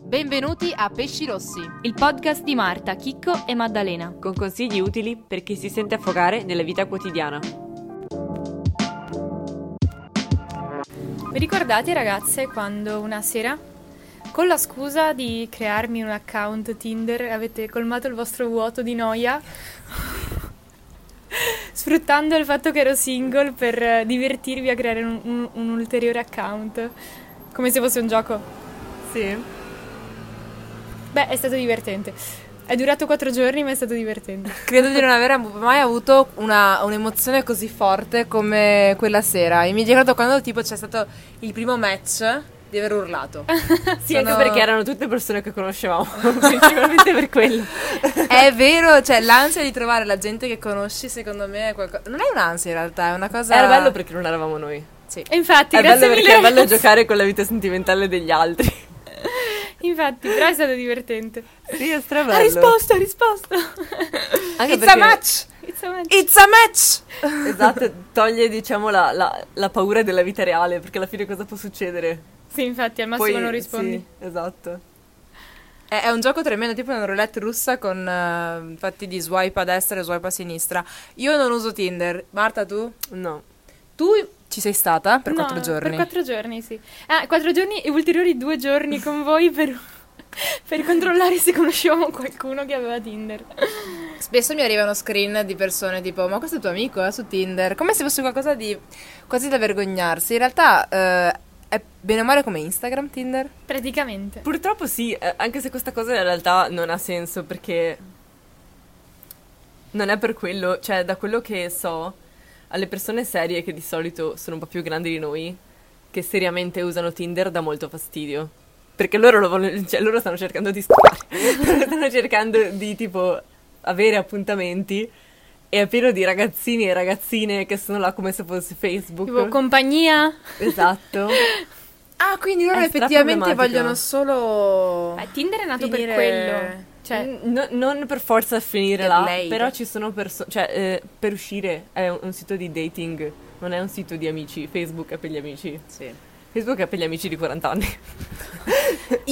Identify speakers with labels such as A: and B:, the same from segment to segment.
A: Benvenuti a Pesci Rossi.
B: Il podcast di Marta, Chicco e Maddalena.
C: con consigli utili per chi si sente affogare nella vita quotidiana.
D: Vi ricordate ragazze quando una sera, con la scusa di crearmi un account Tinder, avete colmato il vostro vuoto di noia? Sfruttando il fatto che ero single per eh, divertirvi a creare un, un- un ulteriore account, come se fosse un gioco. Sì. Beh, è stato divertente. È durato quattro giorni, ma è stato divertente.
A: Credo di non aver mai avuto una- un'emozione così forte come quella sera. E mi ricordo quando tipo c'è stato il primo match di aver urlato.
C: Sì,
A: Sono-
C: anche perché erano tutte persone che conoscevamo, quindi sicuramente per quello.
A: È vero, cioè l'ansia di trovare la gente che conosci, secondo me è qualcosa. Non è un'ansia in realtà, è una cosa.
C: Era bello perché non eravamo noi.
D: E infatti,
C: Era
D: grazie
C: bello perché
D: mille.
C: è bello giocare con la vita sentimentale degli altri.
D: Infatti, però è stato divertente.
C: Sì, è
D: Ha
C: strabello.
D: risposto, ha risposto.
C: Anche
A: It's a
C: perché-
A: match!
D: It's so much.
A: It's a match!
C: Esatto, toglie diciamo la, la- la paura della vita reale, perché alla fine cosa può succedere?
D: Sì, infatti, al massimo
C: Poi-
D: non rispondi.
C: sì, esatto.
A: È, è un gioco tremendo, tipo una roulette russa con eh, fatti di swipe a destra e swipe a sinistra. Io non uso Tinder. Marta, tu?
C: No.
A: Tu ci sei stata per
D: No,
A: quattro giorni.
D: Per quattro giorni, sì. Ah, quattro giorni e ulteriori due giorni con voi per, per controllare se conoscevamo qualcuno che aveva Tinder.
A: Spesso mi arrivano screen di persone tipo: Ma questo è tuo amico? È su Tinder? Come se fosse qualcosa di quasi da vergognarsi. In realtà eh, è bene o male come Instagram Tinder.
D: Praticamente.
C: Purtroppo sì, eh, anche se questa cosa in realtà non ha senso perché non è per quello, cioè da quello che so, alle persone serie che di solito sono un po' più grandi di noi, che seriamente usano Tinder dà molto fastidio. Perché loro, lo vogliono- cioè, loro stanno cercando di scopare, stanno cercando di tipo avere appuntamenti e è pieno di ragazzini e ragazzine che sono là come se fosse Facebook.
D: Tipo compagnia.
C: esatto.
A: Ah, quindi loro
C: È
A: effettivamente
C: straproblematico.
A: vogliono solo.
D: Beh, Tinder è nato
A: Finire-
D: per quello. Cioè,
C: N- no- non per forza finire
A: Per
C: là,
A: lei.
C: però ci sono persone, cioè eh, per uscire è un, un sito di dating, non è un sito di amici, Facebook è per gli amici.
A: Sì.
C: Facebook è per gli amici di 40 anni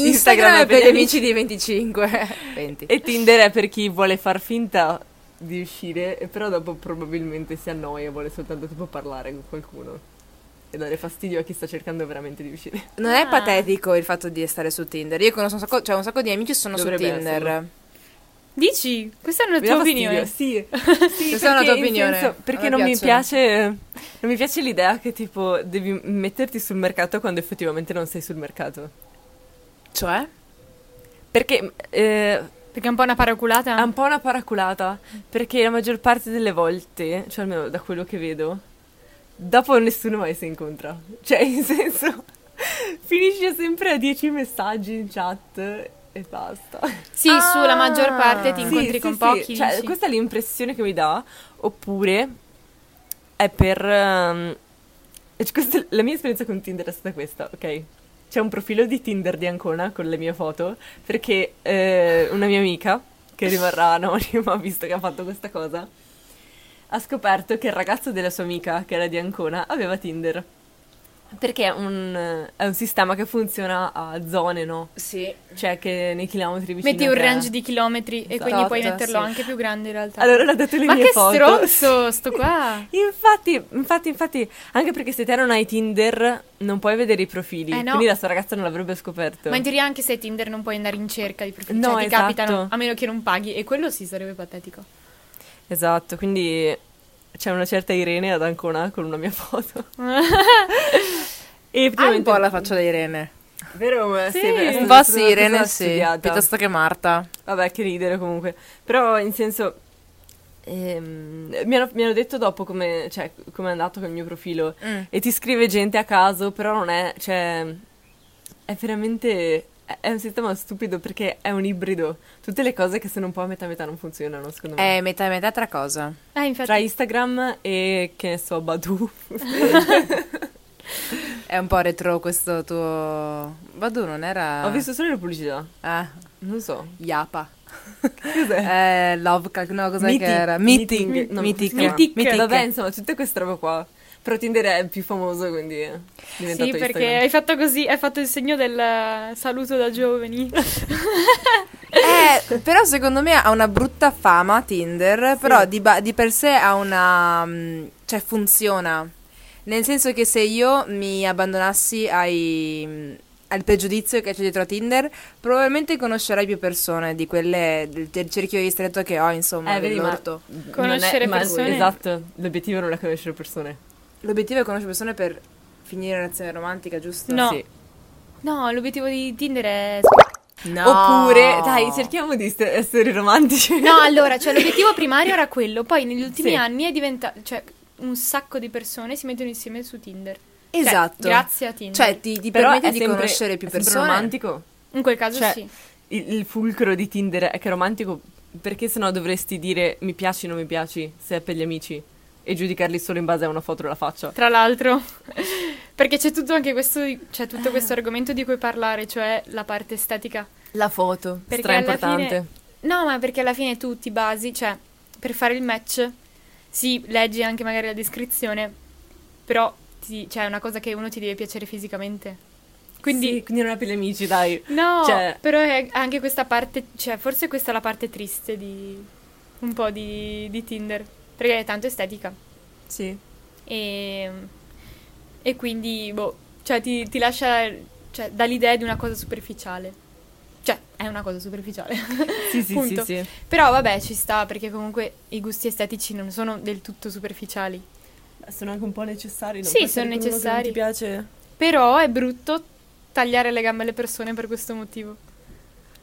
A: Instagram è per gli amici di 25. 20.
C: e Tinder è per chi vuole far finta di uscire, e però dopo probabilmente si annoia, vuole soltanto tipo parlare con qualcuno e dare fastidio a chi sta cercando veramente di uscire.
A: Non è
D: Ah.
A: patetico il fatto di stare su Tinder. Io conosco un sacco, cioè un sacco di amici sono
C: Dovrebbe
A: su Tinder.
C: esserlo.
D: dici, questa è una
C: Mi dà
D: tua
C: fastidio,
D: opinione.
C: Sì, sì
A: Questa è una tua
C: perché, in
A: opinione.
C: senso, perché
A: A me
C: non mi,
A: piacciono.
C: piace, non mi piace l'idea che tipo devi metterti sul mercato quando effettivamente non sei sul mercato.
A: Cioè?
C: Perché eh,
D: Perché è un po' una paraculata.
A: Ah.
C: è un po' una paraculata, perché la maggior parte delle volte, cioè almeno da quello che vedo, dopo nessuno mai si incontra. Cioè, in senso, finisce sempre a 10 messaggi in chat e basta.
D: Sì,
A: Ah.
D: sulla maggior parte ti
A: Sì,
D: incontri
C: sì,
D: con
C: sì.
D: pochi.
C: Cioè,
D: dici.
C: questa è l'impressione che mi dà, oppure è per... ehm, cioè, questa- la mia esperienza con Tinder è stata questa, ok? C'è un profilo di Tinder di Ancona con le mie foto, perché eh, una mia amica, che rimarrà anonima visto che ha fatto questa cosa, ha scoperto che il ragazzo della sua amica, che era di Ancona, aveva Tinder. Perché è un, è un sistema che funziona a zone, no?
A: Sì.
C: Cioè che nei chilometri vicini...
D: Metti un
C: a te-
D: range di chilometri e quindi
A: Esatto,
D: puoi metterlo
A: sì.
D: anche più grande in realtà.
C: Allora l'ha dato le
D: Ma
C: mie
D: che
C: foto.
D: stronzo, sto qua.
C: Infatti, infatti, infatti, anche perché se te non hai Tinder non puoi vedere i profili,
D: Eh, no.
C: quindi la sua ragazza non l'avrebbe scoperto.
D: Ma in teoria anche se Tinder non puoi andare in cerca di profili,
C: Esatto. No,
D: cioè ti
C: esatto.
D: capitano, a meno che non paghi, e quello sì sarebbe patetico.
C: Esatto, quindi c'è una certa Irene ad Ancona con una mia foto.
D: Ah,
C: e
A: Ha un
C: effettivamente
A: po' la faccia di Irene.
C: vero,
D: Sì.
C: beh,
A: Un po' sì,
C: sono una persona
A: Irene sì.
C: studiata.
A: Piuttosto che Marta.
C: Vabbè, che ridere comunque. Però in senso ehm, mi, hanno, mi hanno detto dopo come cioè, come è andato con il mio profilo e ti scrive gente a caso, però non è, cioè, è veramente, è- è un sistema stupido perché è un ibrido. Tutte le cose che sono un po' a metà metà non funzionano, secondo me.
A: È metà e metà tra cosa.
D: Ah, infatti.
C: Tra Instagram e, che ne so, Badu.
A: È un po' retro questo tuo. Badu non era.
C: Ho visto solo le pubblicità,
A: Ah,
C: non so.
A: Yapa. Eh, Lovecrack, no, cos'è
C: Mythic,
A: che era?
C: Meeting,
A: Mythic.
C: no,
A: Mythic.
C: Mythic.
A: Mythic.
C: Vabbè, insomma, tutte queste robe qua. Però Tinder è più famoso, quindi è diventato
D: Sì, perché
C: Instagram.
D: hai fatto così, hai fatto il segno del saluto da giovani.
A: Eh, però secondo me ha una brutta fama Tinder, però di, ba- di per sé ha una... mm, cioè funziona. Nel senso che se io mi abbandonassi ai, mm, al pregiudizio che c'è dietro a Tinder, probabilmente conoscerai più persone di quelle del, del cerchio ristretto che ho, insomma,
C: Eh, vedi, ma-
A: dell'orto.
D: Conoscere
C: Non è- ma-
D: persone.
C: Esatto, l'obiettivo non è conoscere persone.
A: L'obiettivo è conoscere persone per finire una relazione romantica, giusto?
D: No.
C: Sì.
D: No, l'obiettivo di Tinder è...
A: No.
C: Oppure, dai, cerchiamo di st- essere romantici.
D: No, allora, cioè l'obiettivo primario era quello, poi negli ultimi
C: Sì.
D: anni è diventato... Cioè, un sacco di persone si mettono insieme su Tinder. Cioè,
A: Esatto.
D: grazie a Tinder.
A: Cioè, ti, ti
C: Però
A: permette
C: è
A: di
C: sempre-
A: conoscere più
C: è sempre
A: persone.
C: romantico.
D: in quel caso
C: cioè,
D: sì.
C: Il, il fulcro di Tinder è che è romantico perché sennò dovresti dire mi piaci o non mi piaci se è per gli amici e giudicarli solo in base a una foto della faccia.
D: Tra l'altro, perché c'è tutto anche questo, c'è tutto questo argomento di cui parlare, cioè la parte estetica.
C: La foto,
D: Perché
C: stra
D: alla
C: importante.
D: fine- No, ma perché alla fine tu ti basi, cioè, per fare il match, sì, leggi anche magari la descrizione, però ti- cioè, è una cosa che uno ti deve piacere fisicamente. Quindi,
C: Sì, quindi non è per gli amici, dai.
D: no,
C: cioè-
D: però è anche questa parte, cioè, forse questa è la parte triste di un po' di, di Tinder, perché è tanto estetica.
C: Sì.
D: E, e quindi, boh, cioè, ti, ti lascia, cioè, dà l'idea di una cosa superficiale. Cioè, è una cosa superficiale.
C: Sì, sì, sì,
D: Punto.
C: sì.
D: Però vabbè, ci sta perché comunque i gusti estetici non sono del tutto superficiali.
C: Sono anche un po' necessari.
D: non Sì, puoi sono essere con uno che non necessari. ti
C: piace.
D: Però è brutto tagliare le gambe alle persone per questo motivo.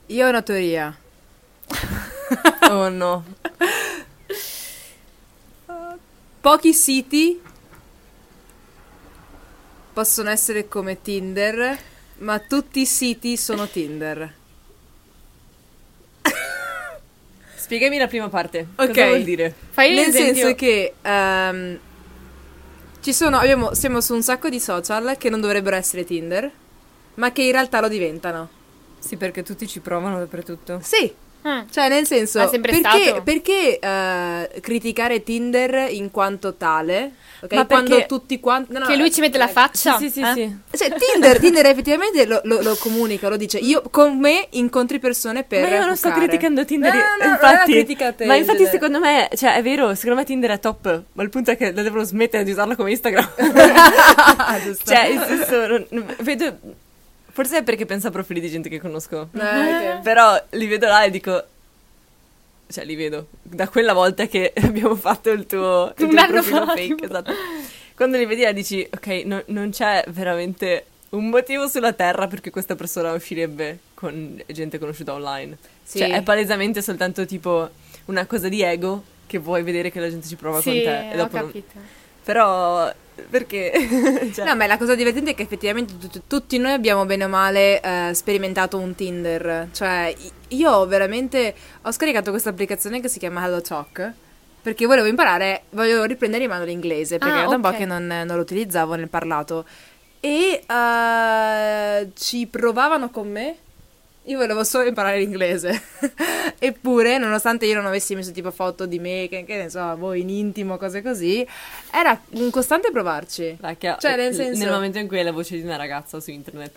A: Io ho una teoria.
C: Oh no.
A: Pochi siti possono essere come Tinder, ma tutti i siti sono Tinder.
C: Spiegami la prima parte.
A: Ok.
C: Cosa vuol dire?
D: Fai
A: Nel
D: l'esempio.
A: senso che ehm, ci sono, abbiamo- siamo su un sacco di social che non dovrebbero essere Tinder, ma che in realtà lo diventano.
C: Sì, perché tutti ci provano dappertutto.
A: Sì,
D: Mm.
A: Cioè, nel senso,
D: Ma è sempre
A: perché,
D: stato.
A: perché, eh, criticare Tinder in quanto tale? Ok,
C: Ma
A: quando
C: perché-
A: tutti quanti. no, no,
D: Che lui ci mette la faccia.
C: ecco. Sì, sì,
D: eh?
C: sì.
A: Cioè, Tinder, Tinder effettivamente lo, lo- lo comunica, lo dice. Io con me incontri persone per.
C: Ma io non sto
A: giocare.
C: criticando Tinder.
A: No, no, no, non è una
C: infatti,
A: critica a te,
C: ma
A: in
C: infatti,
A: genere.
C: secondo me, cioè, è vero, secondo me Tinder è top. Ma il punto è che la devono smettere di usarlo come Instagram.
A: Ah, giusto.
C: cioè, nel senso, non- non- vedo. Forse è perché penso a profili di gente che conosco.
A: Eh, ok.
C: Però li vedo là e dico. Cioè, li vedo. Da quella volta che abbiamo fatto il tuo, il tuo
D: Un anno
C: profilo
D: fa,
C: fake.
D: tipo.
C: Esatto. Quando li vedi là dici, ok, no- non c'è veramente un motivo sulla terra perché questa persona uscirebbe con gente conosciuta online.
A: Sì.
C: Cioè, è palesemente soltanto tipo una cosa di ego che vuoi vedere che la gente ci prova con
D: Sì,
C: te. E
D: ho
C: dopo non-
D: capito.
C: Però. Perché? cioè,
A: No, ma la cosa divertente è che effettivamente tut- tutti noi abbiamo bene o male eh, sperimentato un Tinder. Cioè, i- io ho veramente ho scaricato questa applicazione che si chiama Hello Talk. Perché volevo imparare, volevo riprendere in mano l'inglese, perché
D: Ah,
A: era da un po'
D: ok.
A: che non, non lo utilizzavo nel parlato. E eh, ci provavano con me. Io volevo solo imparare l'inglese. Eppure, nonostante io non avessi messo tipo foto di me, che, che ne so, voi in intimo, cose così, era un costante provarci.
C: Racchia,
A: Cioè, nel
C: l-
A: senso-
C: momento in cui è la voce di una ragazza su internet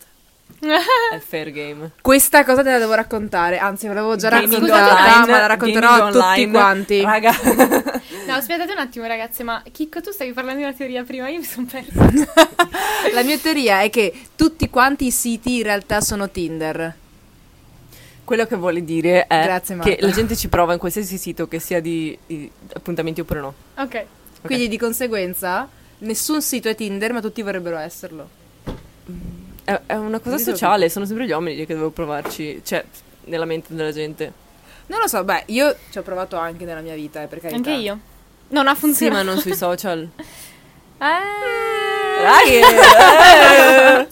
C: è fair game.
A: Questa cosa te la devo raccontare, anzi, l'avevo già
C: Gaming
A: raccontata,
C: online,
A: ma la racconterò a
C: gaming
A: tutti
C: online.
A: quanti.
C: Raga,
D: No, aspettate un attimo, ragazze, ma Chicco, tu stavi parlando di una teoria prima, io mi sono persa.
A: La mia teoria è che tutti quanti i siti in realtà sono Tinder.
C: quello che vuole dire è
A: Grazie, Marta.
C: che la gente ci prova in qualsiasi sito, che sia di, di appuntamenti oppure no.
D: Ok.
A: Quindi di conseguenza nessun sito è Tinder, ma tutti vorrebbero esserlo.
C: È, è una cosa
A: Capito?
C: sociale, sono sempre gli uomini che devo provarci, cioè, nella mente della gente.
A: Non lo so, beh, io ci ho provato anche nella mia vita, eh, per carità.
D: Anche io. Non ha
C: Sì, ma
D: funzionato.
C: non sui social.
D: Eh,
C: Raga, eh.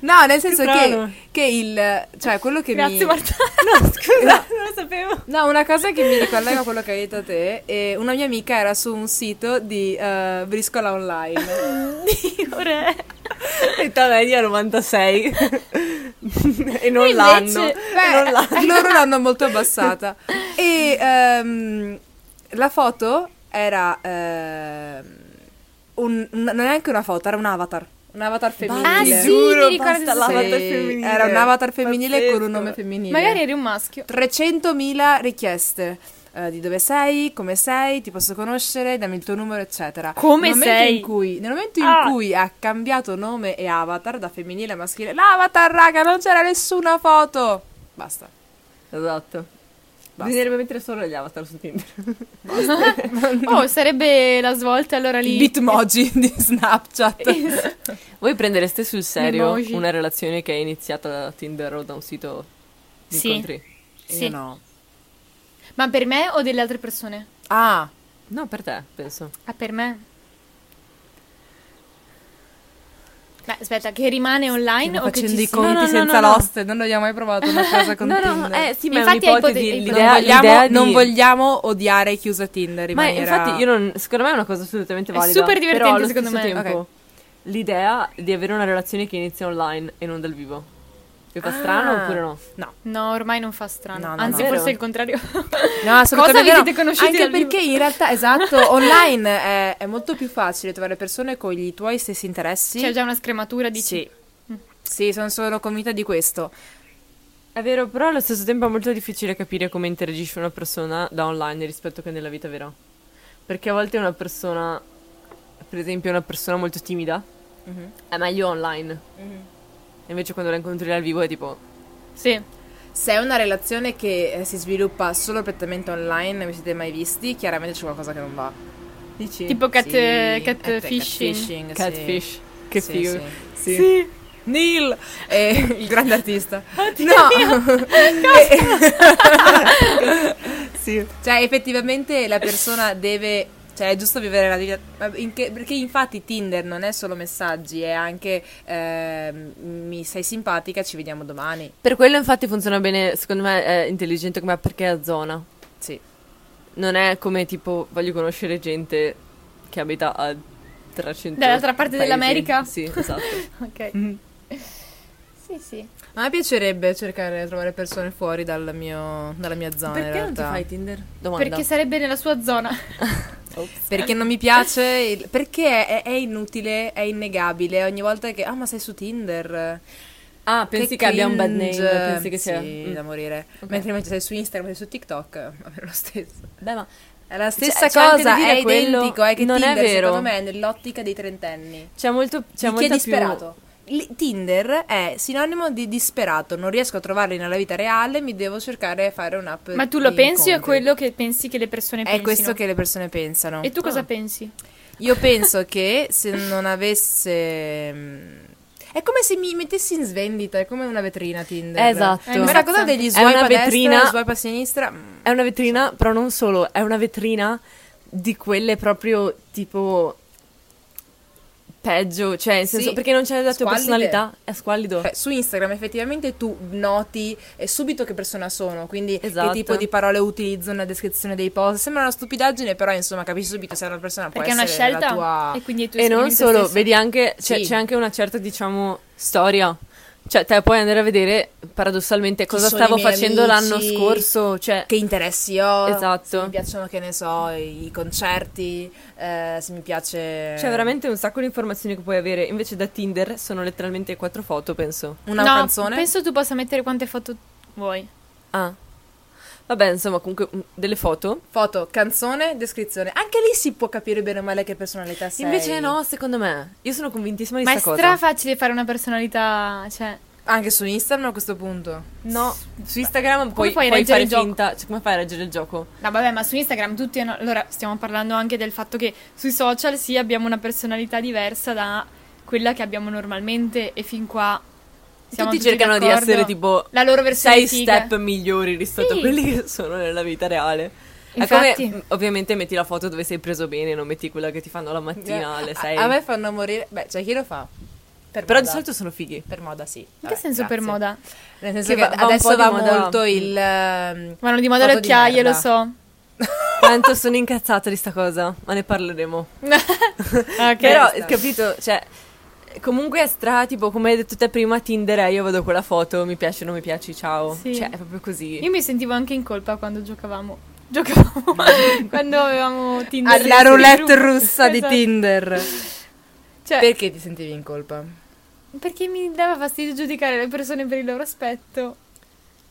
A: No, nel senso
C: strano.
A: che, che il cioè quello che mi
D: Grazie, Marta.
C: no, scusa, non lo sapevo.
A: No, una cosa che mi ricollega a quello che hai detto te, è una mia amica era su un sito di eh, briscola online.
D: Dio, re.
C: Età media 96. e non
D: Invece-
C: l'hanno. E
A: Beh, ah,
C: non l'hanno.
A: loro l'hanno molto abbassata. E ehm, la foto era. ehm, un- un- non è neanche una foto, era un avatar. Un avatar femminile.
D: Ah,
C: Ti
D: sì,
C: giuro,
D: mi ricordo
C: basta
D: sì.
C: l'avatar
A: Sì,
C: femminile.
A: Era un avatar femminile con un
C: Pazzesco.
A: nome femminile.
D: Magari eri un maschio.
A: 300.000 richieste. eh, di dove sei, come sei, ti posso conoscere, dammi il tuo numero, eccetera.
D: Come
A: nel momento
D: sei?
A: In cui, nel momento in
D: Ah.
A: cui ha cambiato nome e avatar da femminile a maschile, l'avatar, raga, non c'era nessuna foto. Basta.
C: Esatto.
A: Basta.
C: Bisognerebbe mettere solo gli avatar su Tinder.
D: Oh, sarebbe la svolta allora lì.
A: Il bitmoji di Snapchat.
C: Voi prendereste sul serio
D: Emoji.
C: una relazione che è iniziata da Tinder o da un sito di
D: Sì.
C: incontri?
D: Sì.
A: Io no.
D: Ma per me o delle altre persone?
A: Ah,
C: No, per te, penso.
D: Ah, per me. Beh, aspetta, che rimane online o che
A: facendo
D: ci
A: i
D: sia?
A: conti
C: No, no, no,
A: senza
C: no, no.
A: l'oste, non abbiamo mai provato una cosa con Tinder.
C: eh sì, ma
D: Infatti
C: è
D: è
C: un'ipotesi.
D: ipote-
A: non,
C: l'idea,
A: vogliamo,
C: l'idea di...
A: non vogliamo odiare chiusa Tinder in
C: Ma
A: maniera-
C: infatti io non, secondo me è una cosa assolutamente
D: È
C: valida.
D: super divertente,
C: però allo
D: secondo
C: stesso
D: me.
C: tempo, L'idea di avere una relazione che inizia online e non dal vivo. Vi fa
A: Ah.
C: strano oppure no?
A: No.
D: No, ormai non fa strano.
A: No, no,
D: Anzi,
A: no.
D: forse
C: Vero?
D: è il contrario.
A: No, assolutamente
D: Cosa vi
A: no.
D: siete conosciuti
A: Anche
D: dal vivo?
A: perché in realtà, esatto, online eh, è, è molto più facile trovare persone con gli tuoi stessi interessi.
D: C'è Cioè, già una scrematura di
A: Sì. Sì, sono, sono convinta di questo.
C: È vero, però allo stesso tempo è molto difficile capire come interagisce una persona da online rispetto che nella vita vera. Perché a volte una persona, per esempio una persona molto timida,
D: Mhm,
C: è meglio Eh, online. E invece quando la incontri dal vivo è tipo...
D: Sì.
A: Se è una relazione che eh, si sviluppa solo prettamente online, non vi siete mai visti, chiaramente c'è qualcosa che non va.
C: Dici?
D: Tipo cat, eh,
A: Sì, cat-
D: catfishing.
A: catfishing, sì.
C: catfish. Che
A: Sì,
C: figo.
A: sì. Neil, eh, il grande artista. no, Eh,
C: Sì.
A: cioè effettivamente la persona deve... Cioè, è giusto vivere la vita. ma in che- perché infatti Tinder non è solo messaggi, è anche ehm, mi sei simpatica, ci vediamo domani.
C: Per quello infatti funziona bene, secondo me è intelligente come app perché è a zona.
A: Sì.
C: Non è come tipo voglio conoscere gente che abita a 300
D: Dall'altra parte
C: paesi.
D: dell'America?
C: Sì, esatto.
D: Ok.
A: Mhm.
D: Sì, sì.
A: A me piacerebbe cercare di trovare persone fuori dal mio- dalla mia zona. in realtà.
C: Tinder? Domanda.
D: Perché sarebbe nella sua zona.
A: Perché non mi piace, il- perché è, è inutile, è innegabile. Ogni volta che, ah, ma sei su Tinder.
C: Ah, pensi che, abbia un bad name,
A: cringe.
C: pensi che
A: sì,
C: sia... Mm.
A: da morire.
C: Ok.
A: Mentre invece sei su Instagram, sei su TikTok, vabbè, lo stesso.
C: Beh, ma
A: È la
C: stessa
A: stessa
C: cosa,
A: cosa,
C: è
A: è
C: quello-
A: identico, è che
C: non è
A: Tinder
C: vero.
A: secondo me è nell'ottica dei trentenni.
C: c'è molto
A: Di
C: c'è
A: chi è
C: molta più-
A: disperato. Li- Tinder è sinonimo di disperato, non riesco a trovarli nella vita reale, mi devo cercare a fare un'app.
D: Ma tu lo
A: di
D: pensi o è
A: incontri.
D: quello che pensi che le persone
A: È
D: pensino?
A: questo che le persone pensano.
D: E tu cosa
C: Ah.
D: pensi?
A: Io penso che se non avesse... mm, È come se mi mettessi in svendita, è come una vetrina Tinder.
C: Esatto.
A: Ma
D: Eh, Imbarazzante.
A: la cosa degli
C: È una
A: swipe a
C: vetrina-
A: destra, swipe a sinistra... mm,
C: È una vetrina, però non solo, è una vetrina di quelle proprio tipo peggio, cioè nel senso
A: Sì,
C: perché non c'è la tua
A: squallide.
C: personalità, è squallido.
A: Cioè, su Instagram effettivamente tu noti eh, subito che persona sono, quindi
C: Esatto.
A: che tipo di parole utilizzo nella descrizione dei post. Sembra una stupidaggine, però insomma capisci subito se è una persona può
D: Perché è una
A: essere la
D: scelta
A: tua...
D: e quindi è tu
C: E non
D: esprimi te
C: solo,
D: stesso.
C: vedi anche, c'è,
A: Sì.
C: c'è anche una certa, diciamo, storia. Cioè, te puoi andare a vedere paradossalmente cosa
A: sono
C: stavo
A: i miei
C: facendo
A: amici?
C: l'anno scorso. Cioè,
A: Che interessi ho,
C: Esatto.
A: se mi piacciono, che ne so, i concerti, eh, se mi piace...
C: c'è Cioè, veramente un sacco di informazioni che puoi avere. Invece da Tinder sono letteralmente quattro foto, penso.
A: Una
D: no,
A: canzone.
D: penso tu possa mettere quante foto vuoi.
C: Ah. Vabbè, insomma, comunque mm, delle foto.
A: Foto, canzone, descrizione. Anche lì si può capire bene o male che personalità sei.
C: Invece no, secondo me. Io sono convintissima di
D: Ma è
C: questa cosa.
D: stra facile fare una personalità, cioè...
A: Anche su Instagram a questo punto.
C: No, su Instagram puoi,
D: fai a
C: puoi
D: reggere
C: fare
D: il gioco?
C: finta. Cioè, come fai a reggere il gioco?
D: No, vabbè, ma su Instagram tutti hanno... Allora, stiamo parlando anche del fatto che sui social sì abbiamo una personalità diversa da quella che abbiamo normalmente e fin qua siamo
C: Tutti cercano di
D: d'accordo.
C: essere tipo
D: la loro versione
C: sei
D: figa.
C: step migliori rispetto
D: Sì.
C: a quelli che sono nella vita reale. È
D: Infatti.
C: come, mm, ovviamente metti la foto dove sei preso bene, non metti quella che ti fanno la mattina
D: Eh,
C: alle
A: A-
C: 6.
A: A, me fanno morire. Beh, cioè, chi lo fa? Per
C: Però di
A: moda.
C: solito sono fighi.
A: Per moda, sì. Eh,
D: In che senso per moda?
A: Nel senso
C: Che
A: che,
C: va- va un po'
A: adesso
C: di
A: va
C: moda-
A: molto il. ehm,
D: Vanno di moda
A: Foto
D: le
A: di
D: occhiaie, lo
A: merda.
D: so.
C: Quanto sono incazzata di sta cosa, ma ne parleremo.
D: ok.
C: Però,
A: sta.
C: capito, cioè Comunque è stra, tipo, come hai detto te prima, Tinder è io vedo quella foto, mi piace o non mi piace, ciao.
D: Sì.
C: Cioè, è proprio così.
D: Io mi sentivo anche in colpa quando giocavamo. Giocavamo quando avevamo Tinder.
A: Alla
D: Sì,
A: roulette
D: gruppo.
A: russa di
D: Esatto.
A: Tinder.
D: Cioè,
A: Perché ti sentivi in colpa?
D: perché mi dava fastidio giudicare le persone per il loro aspetto.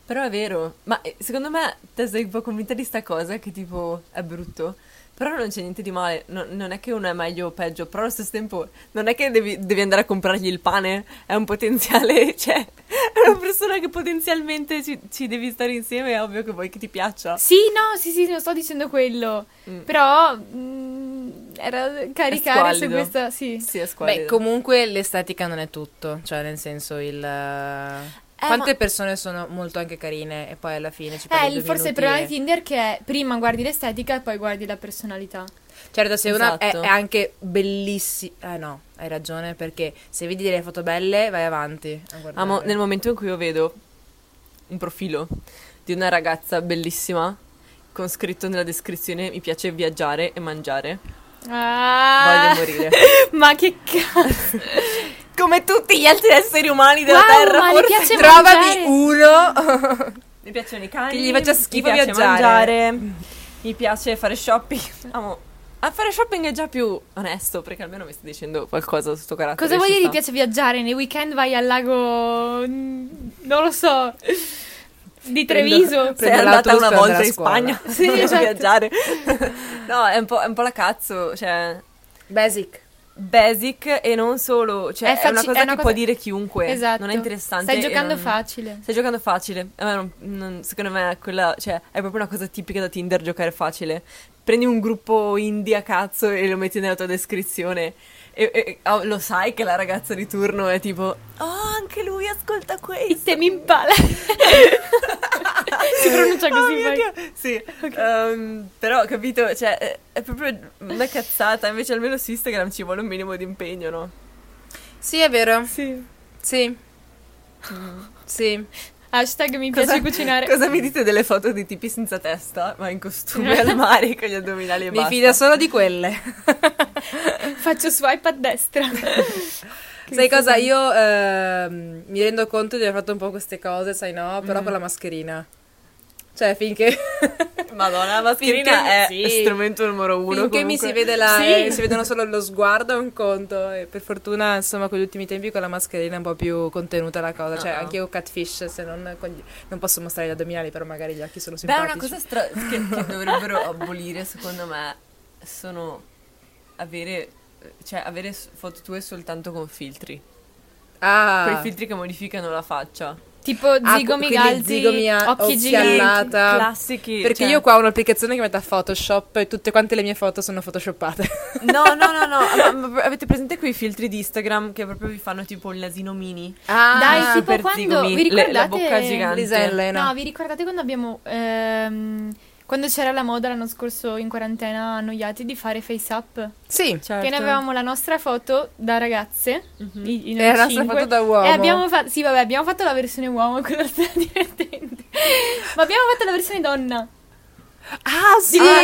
C: Però è vero, ma eh, secondo me te sei un po' convinta di sta cosa che tipo è brutto. Però non c'è niente di male, no- non è che uno è meglio o peggio, però allo stesso tempo non è che devi, devi andare a comprargli il pane, è un potenziale, cioè è una persona che potenzialmente ci, ci devi stare insieme, è ovvio che vuoi che ti piaccia.
D: Sì, no, sì, sì, non sto dicendo quello.
C: Mm.
D: Però mm, era caricare su
C: squallido.
D: questa. Sì.
C: Sì, è squallida.
A: Beh, comunque l'estetica non è tutto, cioè nel senso il... eh, Quante persone sono molto anche carine e poi alla fine ci
D: Eh,
A: parli
D: il-
A: due
D: forse il
A: minuti
D: problema
A: e-
D: di Tinder che è prima guardi l'estetica e poi guardi la personalità.
A: Certo, se una è,
C: Esatto.
A: è anche bellissima... Eh no, hai ragione, perché se vedi delle foto belle vai avanti a guardare.
C: Amo, nel momento in cui io vedo un profilo di una ragazza bellissima con scritto nella descrizione mi piace viaggiare e mangiare,
D: Ah,
C: voglio morire.
D: ma che cazzo!
C: Come tutti gli altri esseri umani della
D: Wow,
C: Terra,
D: ma le
C: forse.
D: piace
A: Trovami
D: mangiare.
A: uno...
C: Mi piacciono i cani.
A: Che gli faccia schifo
C: mi piace
A: viaggiare.
C: mangiare, Mi piace fare shopping. Amo. A fare shopping è già più onesto, perché almeno mi stai dicendo qualcosa su sto carattere.
D: Cosa vuoi
C: ci
D: dire
C: sta.
D: ti piace viaggiare? Nei weekend vai al lago. mm, non lo so. Di Treviso.
A: Prendo-
C: Sei andata
A: l'autobus
C: una
A: per
C: volta
A: andare a
C: in
A: scuola.
C: Spagna
D: Sì,
C: non
D: esatto.
C: viaggiare. no, è un, po', è un po' la cazzo, cioè
A: Basic.
C: basic e non solo, cioè
D: È
C: è,
D: faci-
C: una cosa
D: è una
C: che
D: cosa-
C: può dire chiunque.
D: Esatto.
C: Non è interessante.
D: Stai
C: e
D: giocando
C: non-
D: facile.
C: Stai giocando facile. A me non- non- secondo me è quella, cioè, è proprio una cosa tipica da Tinder giocare facile. Prendi un gruppo indie a cazzo e lo metti nella tua descrizione. E, e- e- oh, lo sai che la ragazza di turno è tipo, oh, anche lui ascolta questo.
D: I temi in pala. si pronuncia
C: Oh
D: così.
C: mio
D: poi.
C: Dio. Sì, ehm, però capito, cioè, è, è proprio una cazzata. Invece, almeno su Instagram ci vuole un minimo di impegno, no?
A: Sì, è vero.
D: Sì.
A: Sì. Sì.
D: Hashtag mi piace cucinare.
C: Cosa mi dite delle foto di tipi senza testa, ma in costume al mare con gli addominali e
A: Mi
C: basta?
A: fida solo di quelle.
D: Faccio swipe a destra.
A: Sai cosa? Io ehm, mi rendo conto di aver fatto un po' queste cose, sai no? Però
C: Mm.
A: con la mascherina. Cioè, finché,
C: Madonna, la mascherina è
A: Finché mi- sì.
C: strumento numero uno.
A: finché mi
C: comunque.
A: si vede la.
D: Sì.
A: eh, si vedono solo lo sguardo è un conto. E per fortuna, insomma, con gli ultimi tempi con la mascherina è un po' più contenuta la cosa. Cioè,
C: Ah.
A: anche io catfish, se non. con gli- non posso mostrare gli addominali, però magari gli occhi sono
C: Beh,
A: simpatici.
C: una cosa stra- che, che dovrebbero abolire, secondo me, sono avere, cioè, avere s- foto tue soltanto con filtri. Quei
A: Ah,
C: filtri che modificano la faccia.
D: Tipo
A: Ah,
D: zigomi
A: quindi
D: galzi,
A: zigomi a-
D: occhi
A: occhi
D: giganti.
A: alla- Nata.
C: Classici.
A: perché
C: cioè-
A: io qua ho un'applicazione che mette a Photoshop e tutte quante le mie foto sono photoshoppate.
C: No, no, no, no. ma- ma- ma avete presente quei filtri di Instagram che proprio vi fanno tipo il nasino mini?
A: Ah,
D: Dai, tipo
C: per
D: quando
C: zigomi,
D: vi
C: le-
D: ricordate
C: la bocca gigante.
A: Lisa e Elena.
D: No, vi ricordate quando abbiamo ehm, quando c'era la moda l'anno scorso in quarantena annoiati di fare face up?
A: Sì. Cioè.
C: Certo.
D: Che ne avevamo la nostra foto da ragazze, i, i noi
A: Mhm. Era la nostra
D: cinque,
A: foto da uomo.
D: E abbiamo fatto Sì, vabbè, abbiamo fatto la versione uomo, quella sta divertente. Ma abbiamo fatto la versione donna.
A: Ah, sì,
D: Ah,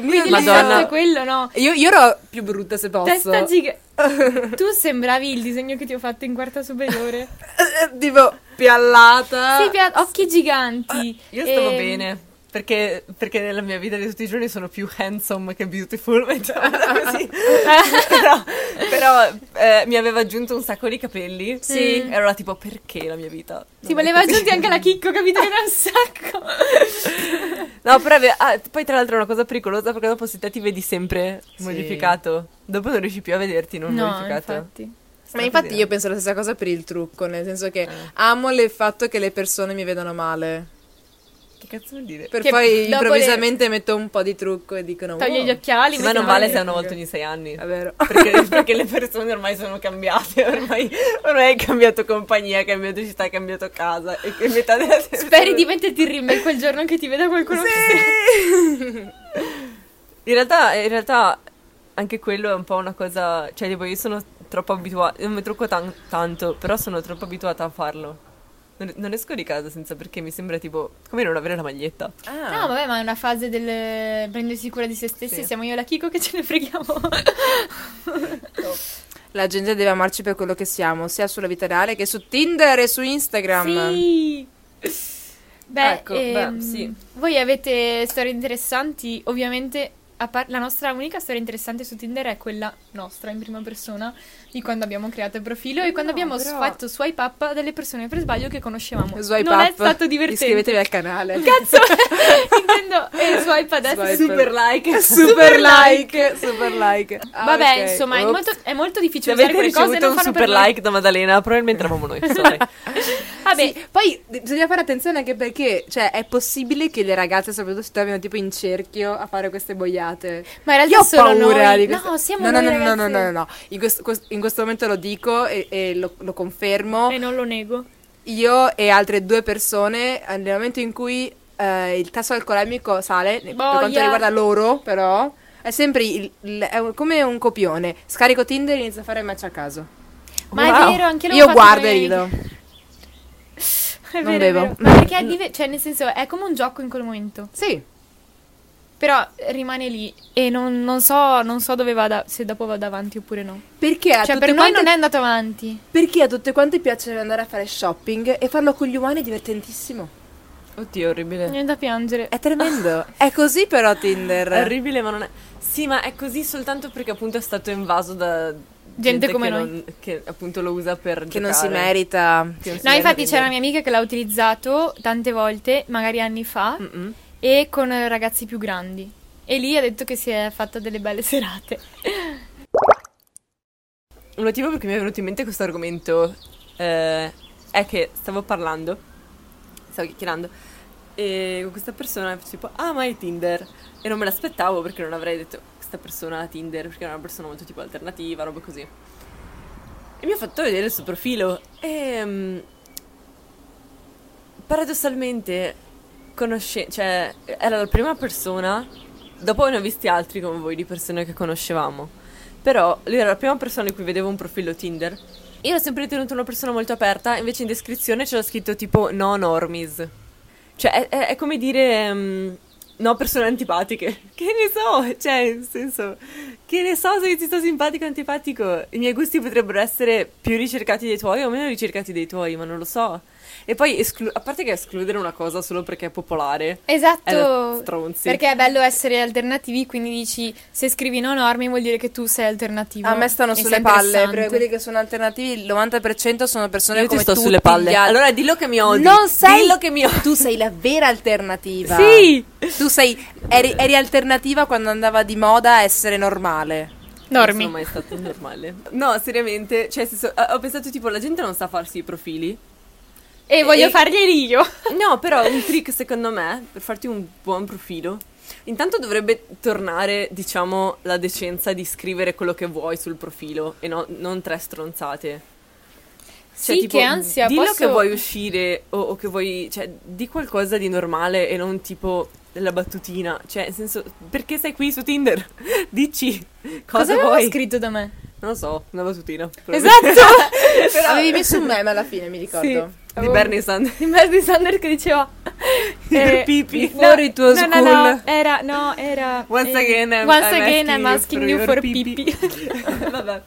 A: mio
D: Quindi
A: Dio.
D: il disegno è quello, no?
A: Io, io ero più brutta se posso.
D: Testa giga. tu sembravi il disegno che ti ho fatto in quarta superiore.
A: Eh, tipo piallata.
D: Sì, pia- occhi giganti.
C: Ah. Io stavo
D: Ehm,
C: bene. Perché, perché nella mia vita di tutti i giorni sono più handsome che beautiful, mettiamola così.
D: eh,
C: però però, eh, mi aveva aggiunto un sacco di capelli.
D: Sì.
C: E allora tipo, perché la mia vita?
D: Sì, voleva aggiungere anche la chicco, capito? Che era un sacco.
C: No, però ave- ah, poi tra l'altro è una cosa pericolosa perché dopo se te ti vedi sempre
A: Sì.
C: modificato. Dopo non riesci più a vederti non
D: No,
C: modificato.
D: infatti.
A: Ma infatti io penso la stessa cosa per il trucco, nel senso che amo il fatto che le persone mi vedano male.
C: Che cazzo vuol dire?
A: Per
D: Che
A: poi
D: dopo
A: improvvisamente metto un po' di trucco e dicono...
D: Togli
A: "Wow".
D: gli occhiali.
C: Ma
D: metti
C: non
D: la
C: vale
D: mano-
C: se è una volta ogni sei anni.
A: È vero.
C: perché, perché le persone ormai sono cambiate, ormai, ormai hai cambiato compagnia, hai cambiato città, hai cambiato casa e che metà della
D: Speri di metterti il rimel quel giorno che ti veda qualcuno che
C: In realtà, in realtà anche quello è un po' una cosa, cioè tipo io sono troppo abituata, non mi trucco tan- tanto, però sono troppo abituata a farlo. Non, non esco di casa senza perché mi sembra tipo come non avere la maglietta.
A: Ah.
D: No, vabbè, ma è una fase del prendersi cura di se stessi.
C: Sì.
D: Siamo io e la Kiko che ce ne freghiamo.
A: La gente deve amarci per quello che siamo, sia sulla vita reale che su Tinder e su Instagram.
D: Sì. Beh,
C: Ecco, beh,
D: ehm,
C: sì.
D: voi avete storie interessanti, ovviamente a par- la nostra unica storia interessante su Tinder è quella nostra in prima persona di quando abbiamo creato il profilo e quando
A: No,
D: abbiamo
A: però-
D: fatto swipe up delle persone per sbaglio che conoscevamo.
A: Swipe
D: non
A: up.
D: è stato divertente.
A: Iscrivetevi al canale.
D: Cazzo, intendo eh, swipe a destra.
A: Swipe. Super
C: like.
A: Super like, super like. Ah,
D: Vabbè,
A: ok.
D: insomma, è
A: Ops.
D: molto, è molto
C: Se
D: difficile
C: avete
D: usare Cioè, quelle cose e
C: ricevuto
D: non
C: un
D: fanno
C: super
D: per noi.
C: like da Maddalena, probabilmente eravamo noi. sorry.
D: Vabbè,
A: Sì, poi bisogna fare attenzione anche perché, cioè, è possibile che le ragazze soprattutto si trovino tipo in cerchio a fare queste boiate.
D: ma in realtà
A: Io ho
D: solo
A: paura
D: noi.
A: di queste-
D: No, siamo
A: no, no,
D: noi
A: no, no, no,
D: ragazzi.
A: no, no, no. In questo, quest- in questo momento lo dico e, e lo, lo confermo.
D: E Eh, non lo nego.
A: Io e altre due persone, eh, nel momento in cui eh, il tasso alcolemico sale, per
D: Boia.
A: quanto riguarda loro, però, è sempre il- il- è un- come un copione. Scarico Tinder e inizio a fare match a caso.
D: Ma
C: Wow.
D: è vero, anche loro
A: Io guardo e rido.
D: È
A: Non
D: vero, è
A: bevo.
D: vero. Ma perché è dive- cioè, nel senso, è come un gioco in quel momento.
A: Sì.
D: Però rimane lì e non, non so, non so dove vada, se dopo vado avanti oppure no.
A: Perché Eh, a
D: cioè,
A: tutte
D: per noi
A: quante
D: non è andato avanti.
A: Perché a tutte quante piace andare a fare shopping e farlo con gli umani è divertentissimo.
C: Oddio, orribile.
D: Niente da piangere.
A: È tremendo. è così però Tinder.
C: È orribile, ma non è. Sì, ma è così soltanto perché appunto è stato invaso da gente,
D: come
C: che,
D: noi.
C: non- che appunto lo usa per
A: che non si
D: cioè.
C: giocare.
A: merita. Che non si
D: No, infatti
A: merita
D: c'era
A: Tinder.
D: una mia amica che l'ha utilizzato tante volte, magari anni fa,
A: Mm.
C: Mm-mm.
D: e con eh, ragazzi più grandi. E lì ha detto che si è fatta delle belle serate.
C: Un motivo per cui mi è venuto in mente questo argomento eh, è che stavo parlando, stavo chiacchierando, e con questa persona tipo, ah ma è Tinder, e non me l'aspettavo perché non avrei detto questa persona ha Tinder, perché era una persona molto tipo alternativa, roba così. E mi ha fatto vedere il suo profilo e... mm, paradossalmente, conosce- cioè, era la prima persona, dopo ne ho visti altri come voi di persone che conoscevamo. Però lui era la prima persona in cui vedevo un profilo Tinder. Io l'ho sempre ritenuto una persona molto aperta, invece in descrizione c'era scritto tipo no normies. Cioè, è, è- è come dire mm, no persone antipatiche. Che ne so, cioè, nel senso, che ne so se ti sto simpatico o antipatico. I miei gusti potrebbero essere più ricercati dei tuoi o meno ricercati dei tuoi, ma non lo so. E poi, esclu- a parte che escludere una cosa solo perché è popolare, è da
D: Esatto.
C: stronzi.
D: Perché è bello essere alternativi, quindi dici se scrivi no normi vuol dire che tu sei alternativo.
A: A me
D: e
A: stanno
D: sei
A: sulle palle,
D: interessante.
A: perché quelli che sono alternativi, il 90% sono persone
C: Io ti
A: come
C: sto
A: tutti
C: sulle palle.
A: gli altri.
C: Allora dillo che mi odi.
A: Non sei
C: Dillo che mi odi.
A: Tu sei la vera alternativa.
C: Sì.
A: Tu sei eri, eri alternativa quando andava di moda essere normale.
D: Normi.
C: Non sono mai stato normale. No, seriamente, cioè, nel senso, eh, ho pensato tipo la gente non sa farsi i profili.
D: E voglio
C: E- Cioè,
D: farglieli io.
C: No, però un trick secondo me per farti un buon profilo. Intanto dovrebbe tornare, diciamo, la decenza di scrivere quello che vuoi sul profilo e no- non tre stronzate. Cioè,
D: sì,
C: tipo,
D: che ansia.
C: Dillo
D: posso-
C: che vuoi uscire o, o che vuoi. Cioè, di qualcosa di normale e non tipo la battutina. Cioè, nel senso, perché sei qui su Tinder? Dici cosa,
D: Cosa
C: vuoi.
D: avevo scritto da me?
C: non lo so, una battutina. probabilmente.
D: Esatto.
A: Avevi messo un meme alla fine, mi ricordo.
C: Di Bernie Sanders.
D: Di Bernie Sanders che diceva...
C: Your pee-pee. Before it was
D: Eh, no, no, no,
C: cool.
D: era... No, era...
C: Once
D: eh,
C: again, I'm,
D: once
C: I'm
D: again I'm
C: asking
D: asking
C: you
D: you for
C: pee-pee.
D: pippi.
C: Vabbè.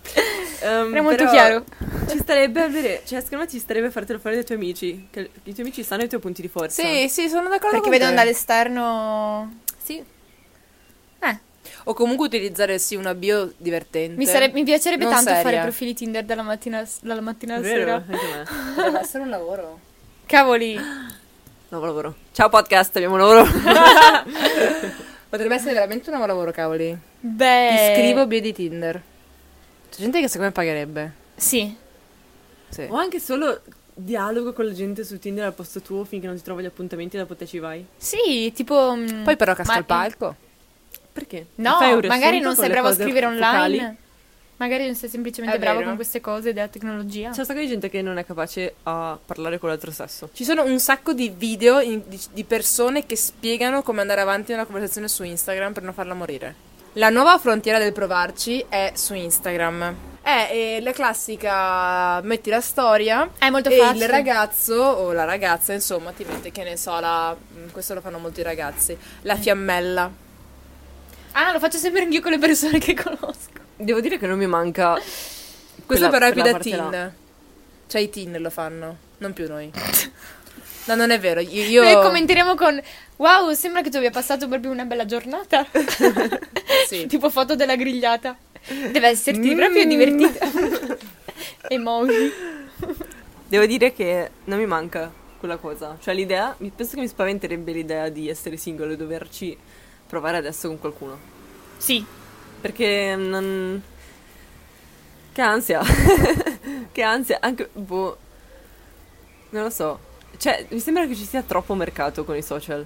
C: Ehm,
D: Era molto
C: Mm, però
D: chiaro.
C: Ci starebbe avere, cioè secondo me ci starebbe fartelo fare dai tuoi amici, che i tuoi amici sanno i tuoi punti di forza.
A: Sì, sì, sono d'accordo
D: Perché
A: con
D: vedono
A: te.
D: dall'esterno... Sì. Eh,
A: O comunque utilizzare sì una bio divertente.
D: mi, sare- mi piacerebbe
A: Non
D: tanto fare
A: seria.
D: profili Tinder dalla mattina, al- dalla mattina alla
C: Vero?
D: sera.
C: Anche me.
A: Potrebbe essere un lavoro.
D: Cavoli.
C: Nuovo lavoro. Ciao podcast, abbiamo un lavoro.
A: Potrebbe essere veramente un nuovo lavoro, cavoli.
D: Beh...
A: Iscrivo bio di Tinder. C'è gente che secondo me pagherebbe.
D: Sì.
A: Sì.
C: o anche solo dialogo con la gente su Tinder al posto tuo finché non ti trovi gli appuntamenti da poter ci vai.
D: Sì, tipo... mm,
A: Poi però casca
D: ma-
A: il palco.
C: Perché?
D: No,
C: Fai un riassunto
D: magari non
C: con
D: sei
C: le
D: bravo a
C: cose
D: scrivere
C: focali.
D: online. Magari non sei semplicemente
A: È
D: bravo
A: vero.
D: con queste cose della tecnologia.
C: C'è un sacco di gente che non è capace a parlare con l'altro sesso.
A: Ci sono un sacco di video in- di, di persone che spiegano come andare avanti nella conversazione su Instagram per non farla morire. La nuova frontiera del provarci è su Instagram. È eh, la classica metti la storia
D: È molto
A: e
D: facile.
A: il ragazzo o la ragazza, insomma, ti mette che ne so, la, mh, questo lo fanno molti ragazzi, la fiammella.
D: Ah, lo faccio sempre anch'io con le persone che conosco.
C: Devo dire che non mi manca
A: Questo
C: Quella-
A: però è più da
C: quella parte
A: teen.
C: là.
A: Cioè i teen lo fanno, non più noi. No, non è vero. Io, io-
D: Noi commenteremo con Wow, sembra che tu abbia passato proprio una bella giornata.
A: sì. Mm.
D: tipo foto della grigliata. Deve esserti proprio divertita. Emoji.
C: Devo dire che non mi manca quella cosa. Cioè, l'idea. mi- Penso che mi spaventerebbe l'idea di essere single e doverci provare adesso con qualcuno.
D: Sì.
C: Perché non. Che ansia. che ansia. Anche. Boh. Non lo so. Cioè, mi sembra che ci sia troppo mercato con i social.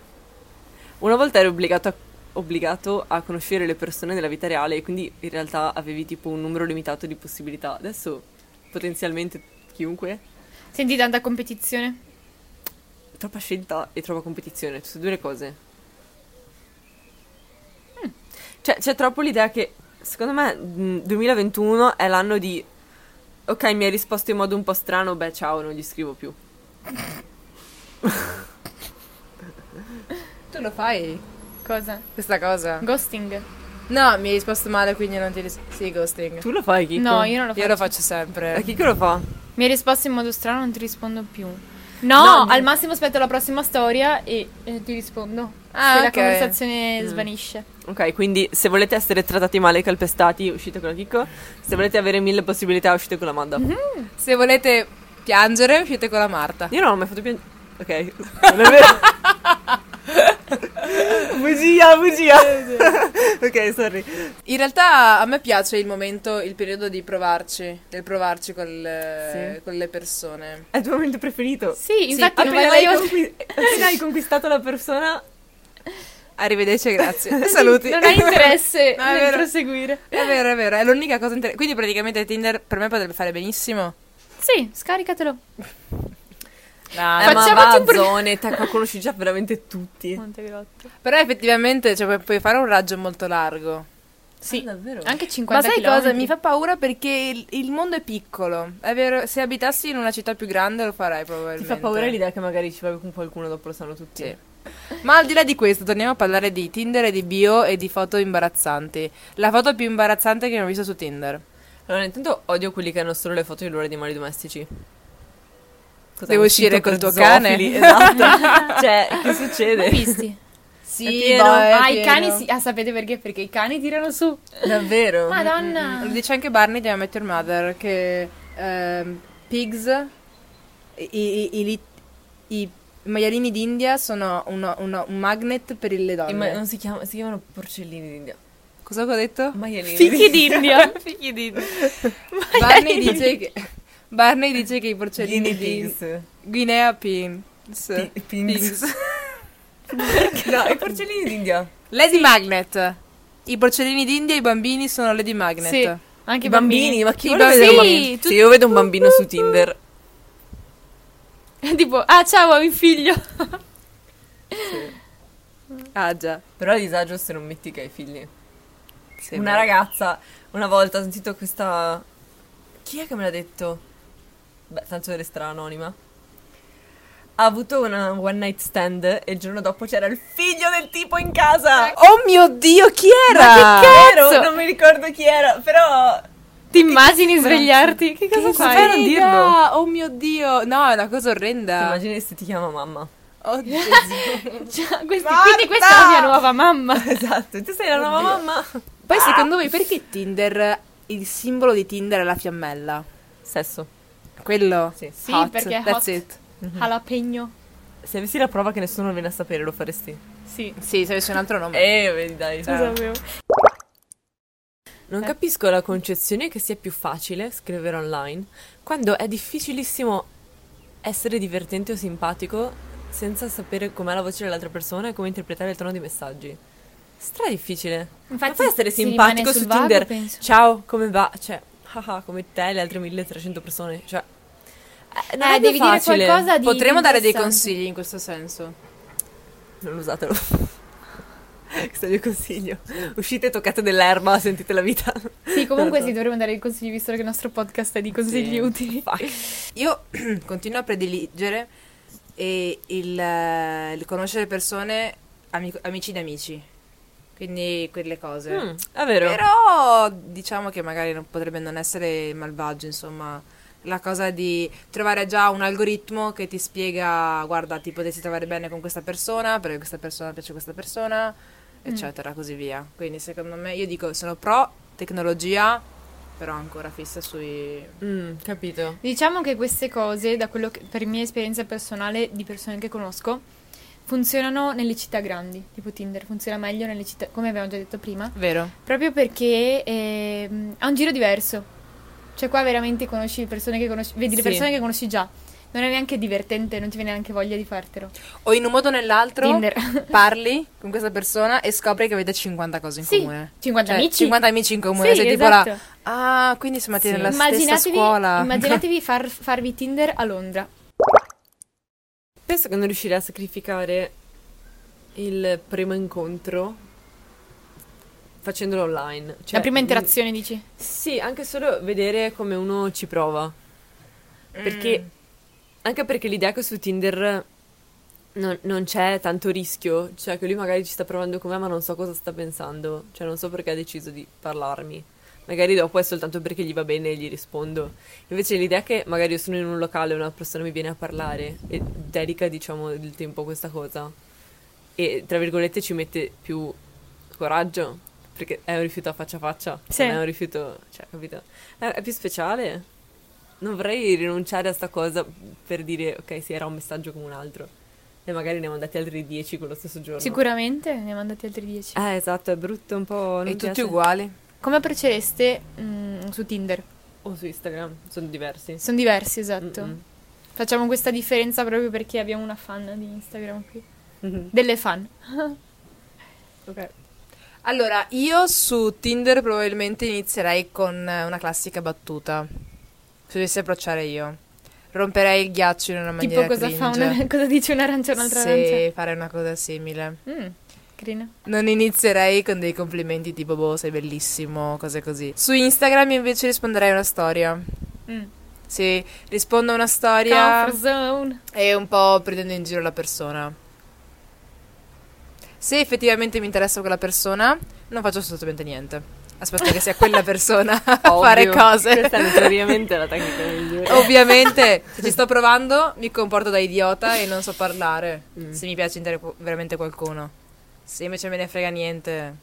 C: Una volta eri obbligato a, obbligato a conoscere le persone nella vita reale e quindi in realtà avevi tipo un numero limitato di possibilità. Adesso potenzialmente chiunque.
D: Senti tanta competizione.
C: Troppa scelta e troppa competizione, sono due le cose. Cioè, c'è troppo l'idea che, secondo me, mh, 2021 è l'anno di... Ok, mi hai risposto in modo un po' strano, beh, ciao, non gli scrivo più.
A: Tu lo fai
D: Cosa?
A: questa cosa?
D: Ghosting.
A: No, mi hai risposto male, quindi non ti ris- Sì, ghosting.
C: Tu lo fai, Kiko?
D: No, io non lo faccio.
A: Io lo faccio sempre.
C: Eh, Kiko lo fa.
D: Mi hai risposto in modo strano, non ti rispondo più. No,
C: No, no.
D: al massimo aspetto la prossima storia e, e ti rispondo.
A: Ah,
D: se
A: ok.
D: la conversazione svanisce.
C: Ok, quindi se volete essere trattati male e calpestati, uscite con la Kiko. Se volete avere mille possibilità, uscite con la Manda.
D: Mhm.
A: Se volete piangere, uscite con la Marta.
C: Io non ho mai fatto più... Ok, non è vero. bugia, bugia. ok, sorry.
A: In realtà a me piace il momento, il periodo di provarci, del provarci col-
C: Sì.
A: con le persone.
C: È il tuo momento preferito.
D: Sì, infatti non vai
C: appena,
D: mai
C: hai
D: oltre.
C: conqui- appena hai conquistato la persona,
A: Arrivederci, e grazie. Saluti.
D: Non hai interesse
A: No, è
D: nel
A: vero.
D: proseguire.
A: È vero, è vero, è l'unica cosa interessante. Quindi praticamente Tinder per me potrebbe fare benissimo.
D: Sì, scaricatelo.
A: No,
C: eh,
A: no.
C: ma
D: Facciamoti
C: va a
D: un pre-
C: zone, te qua conosci già veramente tutti.
D: Montegrotto.
A: Però effettivamente cioè, pu- puoi fare un raggio molto largo.
D: Sì.
C: Ah, davvero?
D: Anche 50
A: Ma sai cosa?
D: chilometri.
A: Mi fa paura perché il, il mondo è piccolo. È vero, se abitassi in una città più grande lo farei
C: Ti
A: probabilmente.
C: fa paura l'idea che magari ci vai con qualcuno dopo lo sanno tutti.
A: Sì. Ma al di là di questo, torniamo a parlare di Tinder e di bio e di foto imbarazzanti. La foto più imbarazzante che mi ho visto su Tinder.
C: Allora, intanto odio quelli che hanno solo le foto di loro animali domestici. Cosa,
A: Devo
C: un
A: uscire
C: sito
A: col
C: per
A: tuo cane?
C: zoofili? Esatto. cioè, che
D: Mai
C: succede?
D: visti?
A: Sì,
D: ah, i cani sì. Ah, sapete perché? Perché i cani tirano su.
C: Davvero?
A: Lo
D: Madonna.
A: dice anche Barney di I Met Your Mother che ehm, pigs, i, i- i lit- i maialini d'India sono uno- uno- un magnet per le donne.
C: Eh, Ma non si, chiama, si chiamano porcellini d'India.
A: Cosa ho detto?
C: Maialini.
D: Mm-hmm. Fichi d'India.
A: Figli di... Barney dice che... Barney dice che i porcellini
C: Guinea
A: di
C: pigs.
A: Guinea Pins.
C: Pi- pigs. no, i porcellini d'India.
A: Lady Magnet. I porcellini d'India e i bambini sono Lady Magnet.
D: Sì, anche
C: I bambini, Oh, ma chi
A: I
C: vuole vedere
A: bambini,
C: un bambino?
A: tutti-
C: Se io vedo un bambino su Tinder,
D: tipo, ah, ciao, ho un figlio.
A: Ah già.
C: però a disagio se non metti che hai figli.
A: Sì,
C: una
A: beh.
C: ragazza, una volta ho sentito questa... Chi è che me l'ha detto? Beh, tanto resterà anonima. Ha avuto una one night stand e il giorno dopo c'era il figlio del tipo in casa.
A: Oh mio Dio, chi era?
D: Ma che
C: Ero,
D: cazzo?
C: non mi ricordo chi era, però...
D: Ti immagini svegliarti? Che cosa
C: cosa
D: fai?
C: fai? non
A: Figa!
C: dirlo?
A: Oh mio Dio, no, è una cosa
C: Ti
A: orrenda.
C: immagini se ti chiama mamma?
A: Oh, Dio.
D: Cioè, questi- quindi questa è la mia nuova mamma.
C: Esatto, tu sei la nuova mamma.
A: Poi secondo voi perché Tinder, il simbolo di Tinder è la fiammella?
C: Sesso.
A: Quello?
C: Sì.
D: Sì,
A: Hot,
D: perché è
A: that's
D: hot.
A: it.
D: Jalapeno.
C: Se avessi la prova che nessuno viene a sapere, lo faresti.
D: Sì,
A: Sì, se avessi un altro nome.
C: Eh, vedi, dai.
D: lo sapevo. eh.
C: Non capisco la concezione che sia più facile scrivere online quando è difficilissimo essere divertente o simpatico senza sapere com'è la voce dell'altra persona e come interpretare il tono dei messaggi. Stra difficile.
D: Infatti
C: non puoi essere
D: si
C: simpatico
D: rimane
C: su
D: sul vago,
C: Tinder.
D: penso.
C: Ciao, come va? Cioè, haha, come te e le altre 1300 persone. Cioè, eh, non
D: Eh,
C: è
D: devi dire
C: facile.
D: qualcosa di
A: Potremmo dare dei
D: interessante.
A: consigli in questo senso.
C: Non usatelo. Questo è il mio consiglio. Uscite, toccate dell'erba, sentite la vita.
D: Sì, comunque sì, dovremmo dare dei consigli visto che il nostro podcast è di consigli
C: Sì.
D: utili.
C: Fuck.
A: Io continuo a prediligere e il, eh, il conoscere persone, amico- amici di amici. Quindi quelle cose.
C: Mm, è vero.
A: Però diciamo che magari non- potrebbe non essere malvagio, insomma, la cosa di trovare già un algoritmo che ti spiega, guarda, ti potresti trovare bene con questa persona, perché questa persona piace a questa persona, eccetera, così via. Quindi secondo me, io dico, sono pro tecnologia, però ancora fissa sui...
C: Mm, capito.
D: Diciamo che queste cose, da quello che, per mia esperienza personale di persone che conosco, funzionano nelle città grandi, tipo Tinder, funziona meglio nelle città, come avevamo già detto prima,
A: Vero.
D: proprio perché ehm, ha un giro diverso. Cioè qua veramente conosci le persone che conosci, vedi le
C: Sì.
D: persone che conosci già. Non è neanche divertente, non ti viene neanche voglia di fartelo.
A: O in un modo o nell'altro
D: Tinder.
A: parli con questa persona e scopri che avete 50 cose in
D: Sì,
A: comune.
D: 50
A: Cioè,
D: amici.
A: 50 amici in comune,
D: Sì,
A: sei tipo
D: esatto.
A: là, ah, quindi siamo andati
C: Sì.
A: nella stessa
D: immaginatevi
A: scuola. Cioè,
D: immaginatevi far- farvi Tinder a Londra.
C: Penso che non riuscirei a sacrificare il primo incontro facendolo online. Cioè,
D: La prima
C: mm,
D: interazione dici?
C: Sì, anche solo vedere come uno ci prova.
A: Mm.
C: Perché, anche perché l'idea che su Tinder non, non c'è tanto rischio, cioè che lui magari ci sta provando con me, ma non so cosa sta pensando, cioè non so perché ha deciso di parlarmi. Magari dopo è soltanto perché gli va bene e gli rispondo. Invece l'idea che magari io sono in un locale e una persona mi viene a parlare e dedica, diciamo, del tempo a questa cosa e tra virgolette ci mette più coraggio perché è un rifiuto a faccia a faccia,
D: Sì.
C: non è un rifiuto, cioè, capito? È, è più speciale. Non vorrei rinunciare a sta cosa per dire ok, sì, era un messaggio come un altro. E magari ne ho mandati altri 10 quello stesso giorno.
D: Sicuramente ne ha mandati altri 10.
C: Eh, esatto, è brutto un po'. Non
A: e tutti
C: piace.
A: uguali.
D: Come approccereste mm, su Tinder?
A: Oh,
C: O su Instagram, sono diversi.
D: Sono diversi, esatto.
C: Mm-mm.
D: Facciamo questa differenza proprio perché abbiamo una fan di Instagram qui. Delle fan.
C: Ok.
A: Allora, io su Tinder probabilmente inizierei con eh, una classica battuta. Se dovessi approcciare io. Romperei il ghiaccio in una maniera
D: tipo cosa, fa
A: cringe.
D: una, cosa dice un'arancia e un'altra
A: Sì, fare una cosa simile.
D: arancia? Mm, carina.
A: Non inizierei con dei complimenti tipo boh, sei bellissimo, cose così. Su Instagram invece risponderei a una storia.
D: Mm.
A: Sì, rispondo a una storia
D: Comfort zone.
A: e un po' prendendo in giro la persona. Se effettivamente mi interessa quella persona, non faccio assolutamente niente. Aspetto che sia quella persona a fare
C: Ovvio.
A: cose.
C: Questa è notoriamente la tecnica migliore.
A: Ovviamente, se ci sto provando, mi comporto da idiota e non so parlare.
D: Mm.
A: Se mi piace inter- veramente qualcuno. Se invece me ne frega niente,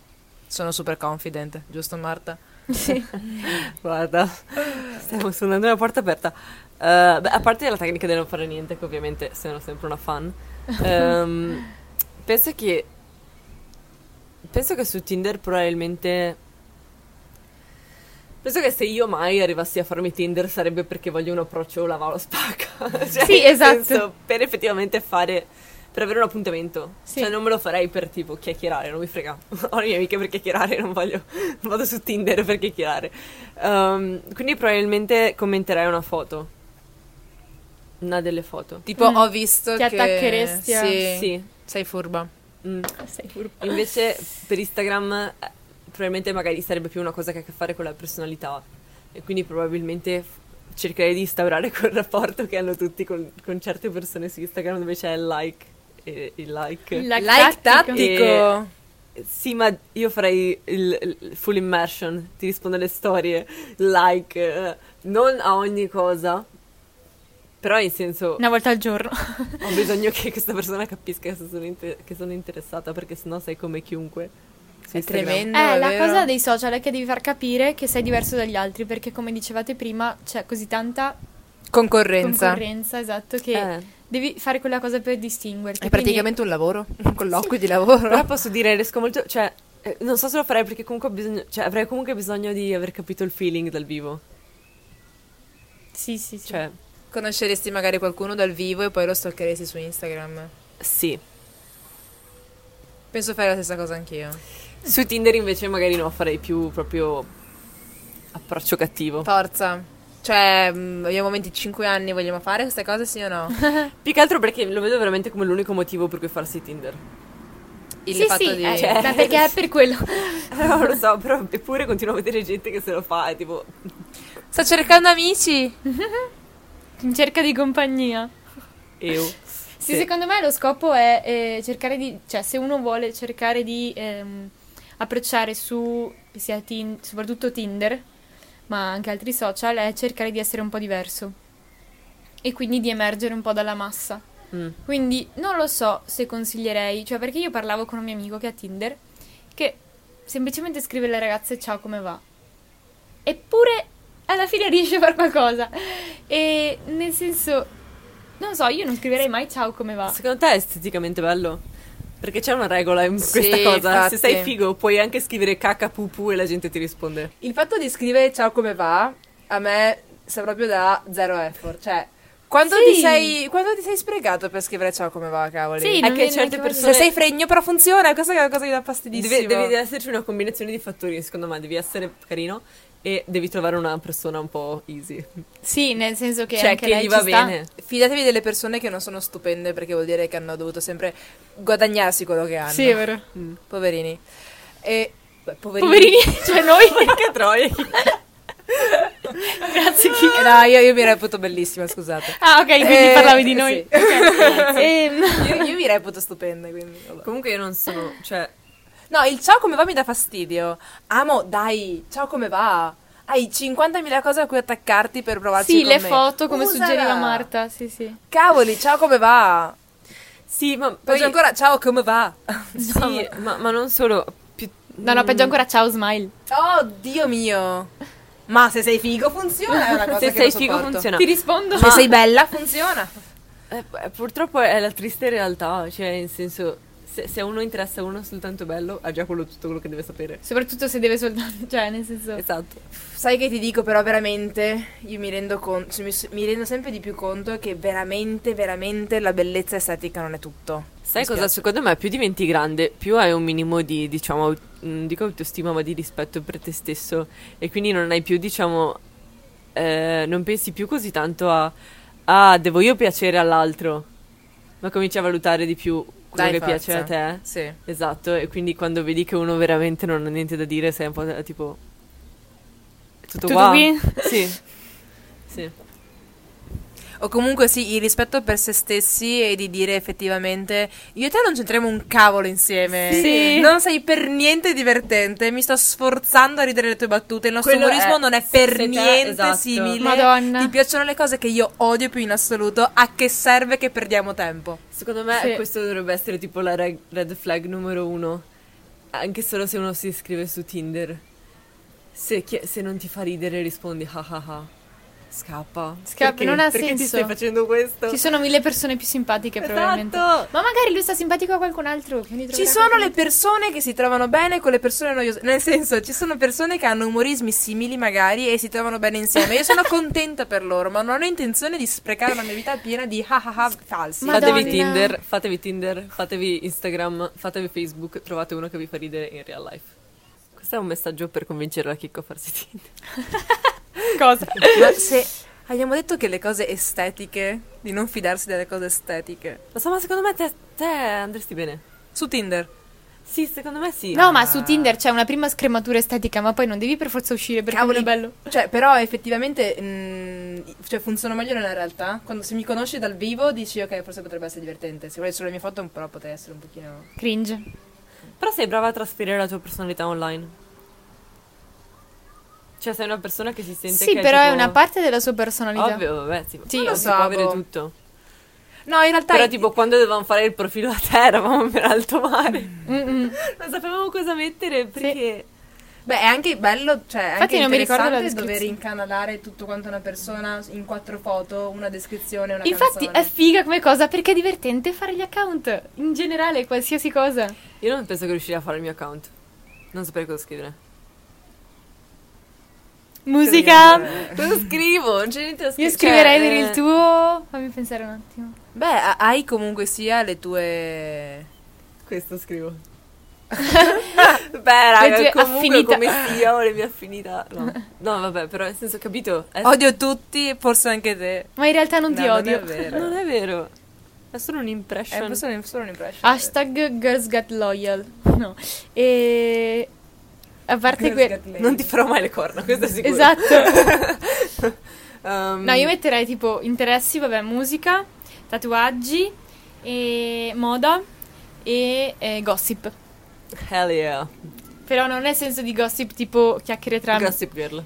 A: sono super confident, giusto Marta?
C: Guarda, stiamo suonando una porta aperta. Eh, beh, a parte la tecnica di non fare niente, che ovviamente sono sempre una fan, ehm, penso che. Penso che su Tinder probabilmente. Penso che se io mai arrivassi a farmi Tinder sarebbe perché voglio un approccio lava lo spacca. Cioè,
D: Sì,
C: nel
D: esatto.
C: senso, per effettivamente fare. per avere un appuntamento.
D: Sì.
C: Cioè, non me lo farei per tipo chiacchierare, non mi frega. Ho le mie amiche per chiacchierare, non voglio. non vado su Tinder per chiacchierare. Ehm, quindi probabilmente commenterei una foto. Una delle foto.
A: Tipo,
D: Mm.
A: ho visto
D: Ti
A: che...
D: attaccheresti a-
A: Sì,
C: Sì.
A: sei furba.
C: Mm.
D: Sei furbo.
C: Invece per Instagram eh, probabilmente magari sarebbe più una cosa che ha a che fare con la personalità e quindi probabilmente f- cercherei di instaurare quel rapporto che hanno tutti con, con certe persone su Instagram dove c'è il like e il like.
D: Il Like
A: like
D: tattico.
A: tattico!
C: E- Sì, ma io farei il, il full immersion, ti rispondo alle storie, like, eh, non a ogni cosa, però in senso
D: Una volta al giorno.
C: ho bisogno che questa persona capisca che sono, inter- che sono interessata perché sennò sei come chiunque. su
A: È
C: Instagram.
A: tremendo,
D: Eh,
A: è
D: la
A: vero.
D: cosa dei social è che devi far capire che sei diverso dagli altri perché come dicevate prima c'è così tanta
A: Concorrenza.
D: concorrenza, esatto, che
C: Eh.
D: devi fare quella cosa per distinguerti.
A: È
D: quindi-
A: praticamente un lavoro, un colloquio di lavoro.
C: Però posso dire, riesco molto, cioè, eh, non so se lo farei perché comunque ho bisogno, cioè, avrei comunque bisogno di aver capito il feeling dal vivo,
D: Sì, sì, sì.
C: cioè,
A: Conosceresti magari qualcuno dal vivo e poi lo stalkeresti su Instagram.
C: sì.
A: Penso fare la stessa cosa anch'io.
C: Su Tinder invece magari no, farei più proprio approccio cattivo.
A: Forza. Cioè, mm, abbiamo 25 anni, vogliamo fare queste cose sì o no?
C: Più che altro perché lo vedo veramente come l'unico motivo per cui farsi Tinder.
A: Il
D: sì,
A: fatto
D: sì,
A: di... cioè
D: eh, ma perché è per quello.
C: Eh, Non lo so, però eppure continuo a vedere gente che se lo fa e tipo...
A: Sto cercando amici!
D: In cerca di compagnia.
C: Eu.
D: Sì, secondo me lo scopo è eh, cercare di... Cioè, se uno vuole cercare di ehm, approcciare su sia Tin- soprattutto Tinder, ma anche altri social, è cercare di essere un po' diverso e quindi di emergere un po' dalla massa.
C: Mm.
D: Quindi non lo so se consiglierei, cioè perché io parlavo con un mio amico che ha Tinder, che semplicemente scrive alle ragazze ciao come va. Eppure alla fine riesce a fare qualcosa. E nel senso, non so, io non scriverei mai ciao come va.
C: Secondo te è esteticamente bello? Perché c'è una regola in
A: Sì,
C: questa cosa.
A: infatti.
C: Se sei figo, puoi anche scrivere cacca pupu e la gente ti risponde.
A: Il fatto di scrivere ciao come va, a me sa proprio da zero effort. Cioè, quando,
D: Sì.
A: ti, sei, quando ti sei sprecato per scrivere ciao come va, cavoli?
D: Sì,
C: È
D: non
C: che
D: è
C: certe
D: neanche
A: Se
C: persone.
A: sei fregno però funziona, questa è una cosa che mi dà fastidissimo.
C: Deve, deve esserci una combinazione di fattori, secondo me. Devi essere carino e devi trovare una persona un po' easy.
D: Sì, nel senso che
C: cioè,
D: anche
C: che
D: lei
C: gli
D: ci
C: va
D: sta.
C: bene.
A: Fidatevi delle persone che non sono stupende perché vuol dire che hanno dovuto sempre guadagnarsi quello che hanno.
D: Sì, è vero.
C: Mm.
A: Poverini. E beh, poverini.
D: Poverini, cioè noi.
C: che troie.
D: Grazie Kiko.
A: No, io, io mi reputo bellissima, scusate.
D: Ah, ok, quindi
A: Eh,
D: parlavi di noi.
A: sì.
D: Ok. Ehm,
A: Io, io mi reputo stupenda, quindi. vabbè.
C: Comunque io non sono. Cioè.
A: No, il ciao come va mi dà fastidio. Amo, dai, ciao come va? Hai 50.000 cose a cui attaccarti per provarci
D: sì,
A: con
D: le
A: me.
D: foto come
A: Usala.
D: suggeriva Marta, sì, sì.
A: Cavoli, ciao come va?
C: Sì, ma poi.
A: Poi ancora ciao come va?
C: Sì, ma, ma non solo. Più,
D: No,
C: Mm.
D: no, peggio ancora ciao smile.
A: Oh, Dio mio. Ma se sei figo funziona, è una cosa che
C: se sei
A: non
C: figo,
A: sopporto.
C: funziona.
D: Ti rispondo?
A: Se sei bella funziona.
C: Eh, eh, purtroppo è la triste realtà, cioè, nel senso, se, se a uno interessa uno soltanto bello, ha già quello- tutto quello che deve sapere.
D: Soprattutto se deve soltanto, cioè, nel senso
C: Esatto.
A: Sai che ti dico però veramente, io mi rendo conto, cioè, mi, s- mi rendo sempre di più conto che veramente, veramente la bellezza estetica non è tutto.
C: Sai
A: Mi
C: cosa?
A: spiace.
C: Secondo me, più diventi grande, più hai un minimo di, diciamo, au- non dico autostima, ma di rispetto per te stesso. E quindi non hai più, diciamo, eh, non pensi più così tanto a, ah, devo io piacere all'altro, ma cominci a valutare di più quello
A: Dai,
C: che
A: forza.
C: piace a te.
A: Sì.
C: Esatto, e quindi quando vedi che uno veramente non ha niente da dire, sei un po' eh, tipo. Tutto,
D: Tutto
C: qua?
D: qui?
C: Sì. Sì.
A: O comunque sì, il rispetto per se stessi e di dire effettivamente io e te non c'entriamo un cavolo insieme.
D: Sì.
A: Non sei per niente divertente, mi sto sforzando a ridere le tue battute, il nostro
C: Quello
A: umorismo
C: è-
A: non è
C: se
A: per
C: te-
A: niente
C: esatto.
A: simile.
D: Madonna.
A: Ti piacciono le cose che io odio più in assoluto, a che serve che perdiamo tempo?
C: Secondo me
D: Sì.
C: questo dovrebbe essere tipo la reg- red flag numero uno. Anche solo se uno si iscrive su Tinder. Se, chi- se non ti fa ridere rispondi ah ah ah. Scappa.
D: Scappa,
C: Perché?
D: non ha
C: Perché ti
D: senso.
C: stai facendo questo?
D: ci sono mille persone più simpatiche probabilmente.
C: Esatto.
D: Ma magari lui sta simpatico a qualcun altro, quindi
A: Ci
D: troverà
A: sono
D: qualcun
A: le persone che si trovano bene con le persone noiose. Nel senso, ci sono persone che hanno umorismi simili magari e si trovano bene insieme. Io sono contenta per loro, ma non ho intenzione di sprecare una mia vita piena di ha ha ha falsi.
D: Ma- Madonna.
C: Fatevi Tinder, fatevi Tinder, fatevi Instagram, fatevi Facebook, trovate uno che vi fa ridere in real life. Questo è un messaggio per convincere la Chicco a farsi Tinder.
D: cosa.
A: Ma se abbiamo detto che le cose estetiche, di non fidarsi delle cose estetiche.
C: Lo so, ma secondo me te, te andresti bene.
A: Su Tinder.
C: Sì, secondo me sì.
D: No, ma su Tinder c'è una prima scrematura estetica, ma poi non devi per forza uscire perché quello
A: Cavoli.
D: è bello.
A: Cioè, però effettivamente mh, cioè, funziona meglio nella realtà. Quando se mi conosci dal vivo dici ok, forse potrebbe essere divertente. Se vuoi solo le mie foto, però potrei essere un pochino...
D: Cringe.
C: Però sei brava a trasferire la tua personalità online. Cioè, sei una persona che si sente
D: Sì,
C: che
D: però è
C: tipo-
D: una parte della sua personalità.
C: Ovvio, vabbè, sì.
D: Sì,
C: non
A: lo
C: si
A: so,
C: può avere
A: boh.
C: tutto.
A: No, in realtà...
C: Però tipo quando dovevamo fare il profilo a terra, eravamo per alto mare.
D: Mm-mm.
C: Non sapevamo cosa mettere perché
A: Beh, è anche bello, cioè, è
D: Infatti
A: anche
D: non mi ricordo la
A: interessante dover
D: descrizione.
A: incanalare tutto quanto una persona in quattro foto, una descrizione, una
D: Infatti eh,
A: canzone.
D: è figa come cosa perché è divertente fare gli account. In generale, qualsiasi cosa.
C: io non penso che riuscirei a fare il mio account. Non saprei cosa scrivere.
A: Cioè,
D: Musica.
C: Cosa scrivo? Non c'è niente da scrivere.
D: Io scriverei
C: Cioè,
D: per il
C: eh,
D: tuo. Fammi pensare un attimo.
A: Beh, ha- hai comunque sia le tue...
C: Questo scrivo. Beh, raga,
D: tue
C: comunque
D: affinità.
C: come sia ho le mie affinità. No. no, vabbè, però nel senso, capito?
D: Oh.
C: È-
A: Odio tutti e forse anche te.
D: Ma in realtà non
A: No,
D: ti
A: non
D: odio.
A: è vero. Eh,
C: Non è vero. È solo
A: È
C: un'impression.
A: solo, un- solo un'impression.
D: Hashtag Girls Got Loyal. No. E. A parte
A: Girls
D: que-
A: Got Loyal.
C: Non ti farò mai le corna, questo è sicuro.
D: Esatto.
C: Um,
D: No, io metterei tipo interessi, vabbè, musica, tatuaggi, e moda e eh, gossip.
C: Hell yeah.
D: Però non nel senso di gossip tipo chiacchiere tra
C: Gossip Girl.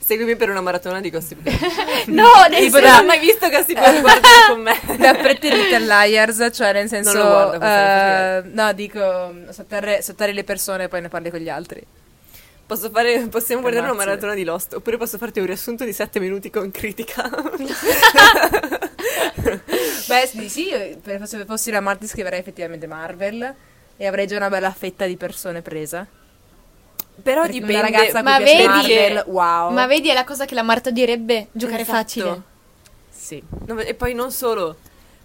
C: Seguimi per una maratona di Gossip Girl.
D: No, nel
C: Tipo,
D: senso
C: non ho mai visto Gossip Girl, guardalo con me.
A: Da preterite liars, cioè nel senso...
C: Non lo guardo, questa
A: eh, no, dico, sotterre, sotterre le persone e poi ne parli con gli altri.
C: Posso fare, possiamo guardare una
A: Ammazza.
C: maratona di Lost, oppure posso farti un riassunto di 7 minuti con critica.
A: Beh, sì, sì, io, per- se fossi la Marti scriverei effettivamente Marvel e avrei già una bella fetta di persone presa.
C: Però
A: Perché
C: dipende...
A: Una ragazza a cui
D: ma
A: piace
D: vedi-
A: Marvel, wow.
D: Ma vedi, è la cosa che la Marta direbbe, giocare
C: Esatto.
D: facile.
A: Sì.
C: No, ma- e poi non solo.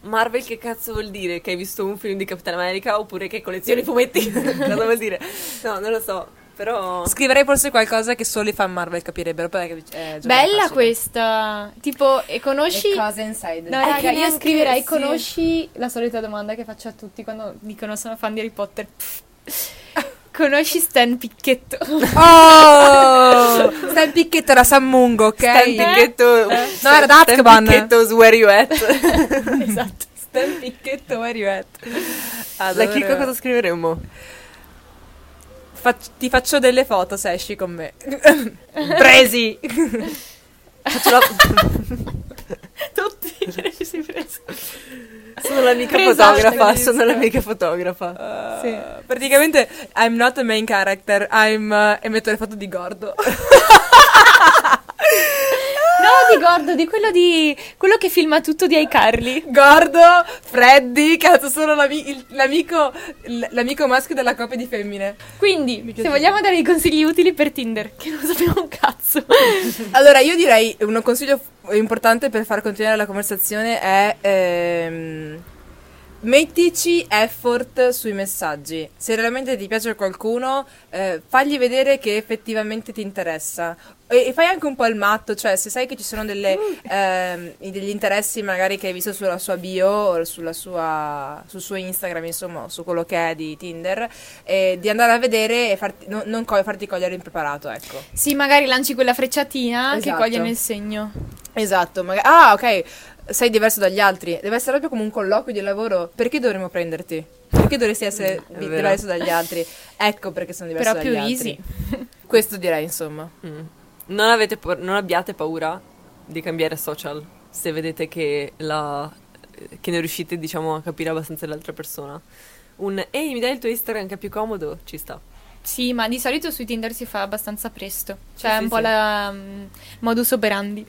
C: Marvel che cazzo vuol dire? Che hai visto un film di Captain America oppure che collezioni fumetti? Cosa vuol dire? No, non lo so. Però...
A: Scriverei forse qualcosa che solo i fan Marvel capirebbero. perché, eh, giocare
D: Bella
A: facile.
D: questa. Tipo, e conosci...
A: Le cose inside.
D: No,
C: Eh,
D: raga,
C: che
D: io
C: neanche-
D: scriverei
C: sì.
D: conosci la solita domanda che faccio a tutti quando dicono sono fan di Harry Potter. conosci Stan Picchetto?
A: Oh! Stan Picchetto era Sammungo, ok?
C: Stan Picchetto...
A: Eh? No, era Azkaban.
C: Stan Picchetto's where you at?
D: esatto.
A: Stan Picchetto, where you at?
C: La Chico cosa scriveremmo?
A: Fac- ti faccio delle foto se esci con me. Presi!
C: Faccio la...
D: Tutti che ci sei preso.
C: sono l'amica
D: Presa,
C: fotografa,
D: bellissimo.
C: sono l'amica fotografa.
A: Sì. Eh, Praticamente, I'm not a main character, I'm... eh, e metto le foto di Gordo.
D: No, di Gordo, di quello di quello che filma tutto di iCarly.
A: Gordo, Freddy, cazzo, sono l'ami- il- l'amico, l- l'amico maschio della coppia di femmine.
D: Quindi, se vogliamo dare dei consigli utili per Tinder, che non sappiamo un cazzo.
A: Allora, io direi un consiglio f- importante per far continuare la conversazione è ehm, mettici effort sui messaggi. Se veramente ti piace qualcuno, eh, fagli vedere che effettivamente ti interessa. E, e fai anche un po' il matto, cioè se sai che ci sono delle, ehm, degli interessi magari che hai visto sulla sua bio o sulla sua, sul suo Instagram, insomma, su quello che è di Tinder, eh, di andare a vedere e farti- non, non co- farti cogliere impreparato, ecco.
D: Sì, magari lanci quella frecciatina che
A: Esatto.
D: coglie nel segno.
A: Esatto, magari... Ah, ok, sei diverso dagli altri. Deve essere proprio come un colloquio di lavoro. Perché dovremmo prenderti? Perché dovresti essere
C: Mm, è
A: di-
C: vero.
A: diverso dagli altri? Ecco perché sono diverso
D: Però
A: dagli
D: più
A: altri.
D: easy.
A: Questo direi, insomma.
C: Mm. Non, avete por- non abbiate paura di cambiare social se vedete che, la- che ne riuscite diciamo a capire abbastanza l'altra persona. Un ehi, mi dai il tuo Instagram che è più comodo? Ci sta.
D: Sì, ma di solito sui Tinder si fa abbastanza presto. Cioè,
C: Sì,
D: è
C: sì,
D: un po'
C: sì. Mm-hmm.
D: la mm, modus operandi,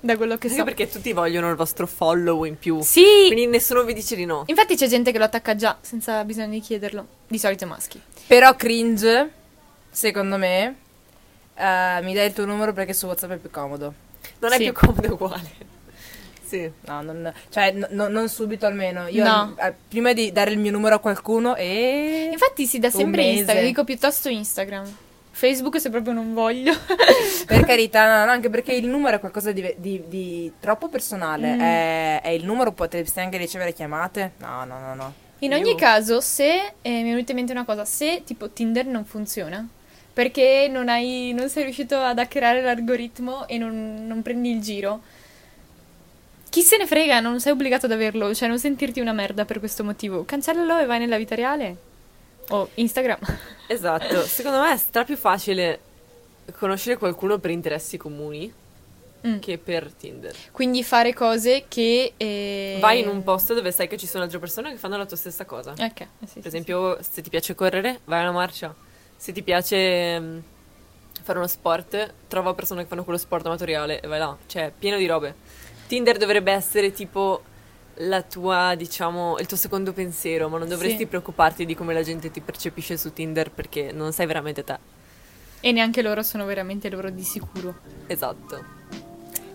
D: da quello che
C: Anche
D: so.
C: perché tutti vogliono il vostro follow in più.
D: Sì,
C: Quindi nessuno vi dice di no.
D: infatti c'è gente che lo attacca già, senza bisogno di chiederlo. Di solito i maschi.
A: Però cringe, secondo me, eh, mi dai il tuo numero perché su WhatsApp è più comodo.
C: Non è
D: Sì.
C: più comodo uguale. Sì.
A: No, non, cioè, no- no- non subito almeno. Io
D: No.
A: eh, prima di dare il mio numero a qualcuno e...
D: Infatti si dà
A: Un
D: sempre
A: mese.
D: Instagram, dico piuttosto Instagram. Facebook se proprio non voglio.
A: Per carità, no, no, anche perché il numero è qualcosa di, di- di troppo personale.
D: Mm.
A: È, è il numero, potresti anche ricevere chiamate. No, no, no, no.
D: In
C: Io-
D: ogni caso, se eh, mi è venuta in mente una cosa, se tipo Tinder non funziona perché non, hai, non sei riuscito ad hackerare l'algoritmo e non, non prendi il giro, chi se ne frega, non sei obbligato ad averlo, cioè non sentirti una merda per questo motivo. Cancellalo e vai nella vita reale o Instagram.
C: Esatto. Secondo me è stra più facile conoscere qualcuno per interessi comuni
D: Mm.
C: che per Tinder.
D: Quindi fare cose che. eh,
C: Vai in un posto dove sai che ci sono altre persone che fanno la tua stessa cosa.
D: Ok, eh sì, sì,
C: Per esempio, se ti piace correre, vai a una marcia. Se ti piace mm, fare uno sport, trova persone che fanno quello sport amatoriale e vai là. Cioè, pieno di robe. Tinder dovrebbe essere tipo la tua, diciamo, il tuo secondo pensiero, ma non dovresti
D: Sì.
C: preoccuparti di come la gente ti percepisce su Tinder perché non sei veramente te.
D: sì. E neanche loro sono veramente loro di sicuro.
C: Esatto.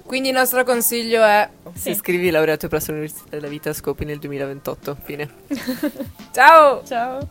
A: Quindi il nostro consiglio è...
C: Se scrivi laureato presso l'Università della Vita, scopi nel 2028. Fine.
A: Ciao!
D: Ciao.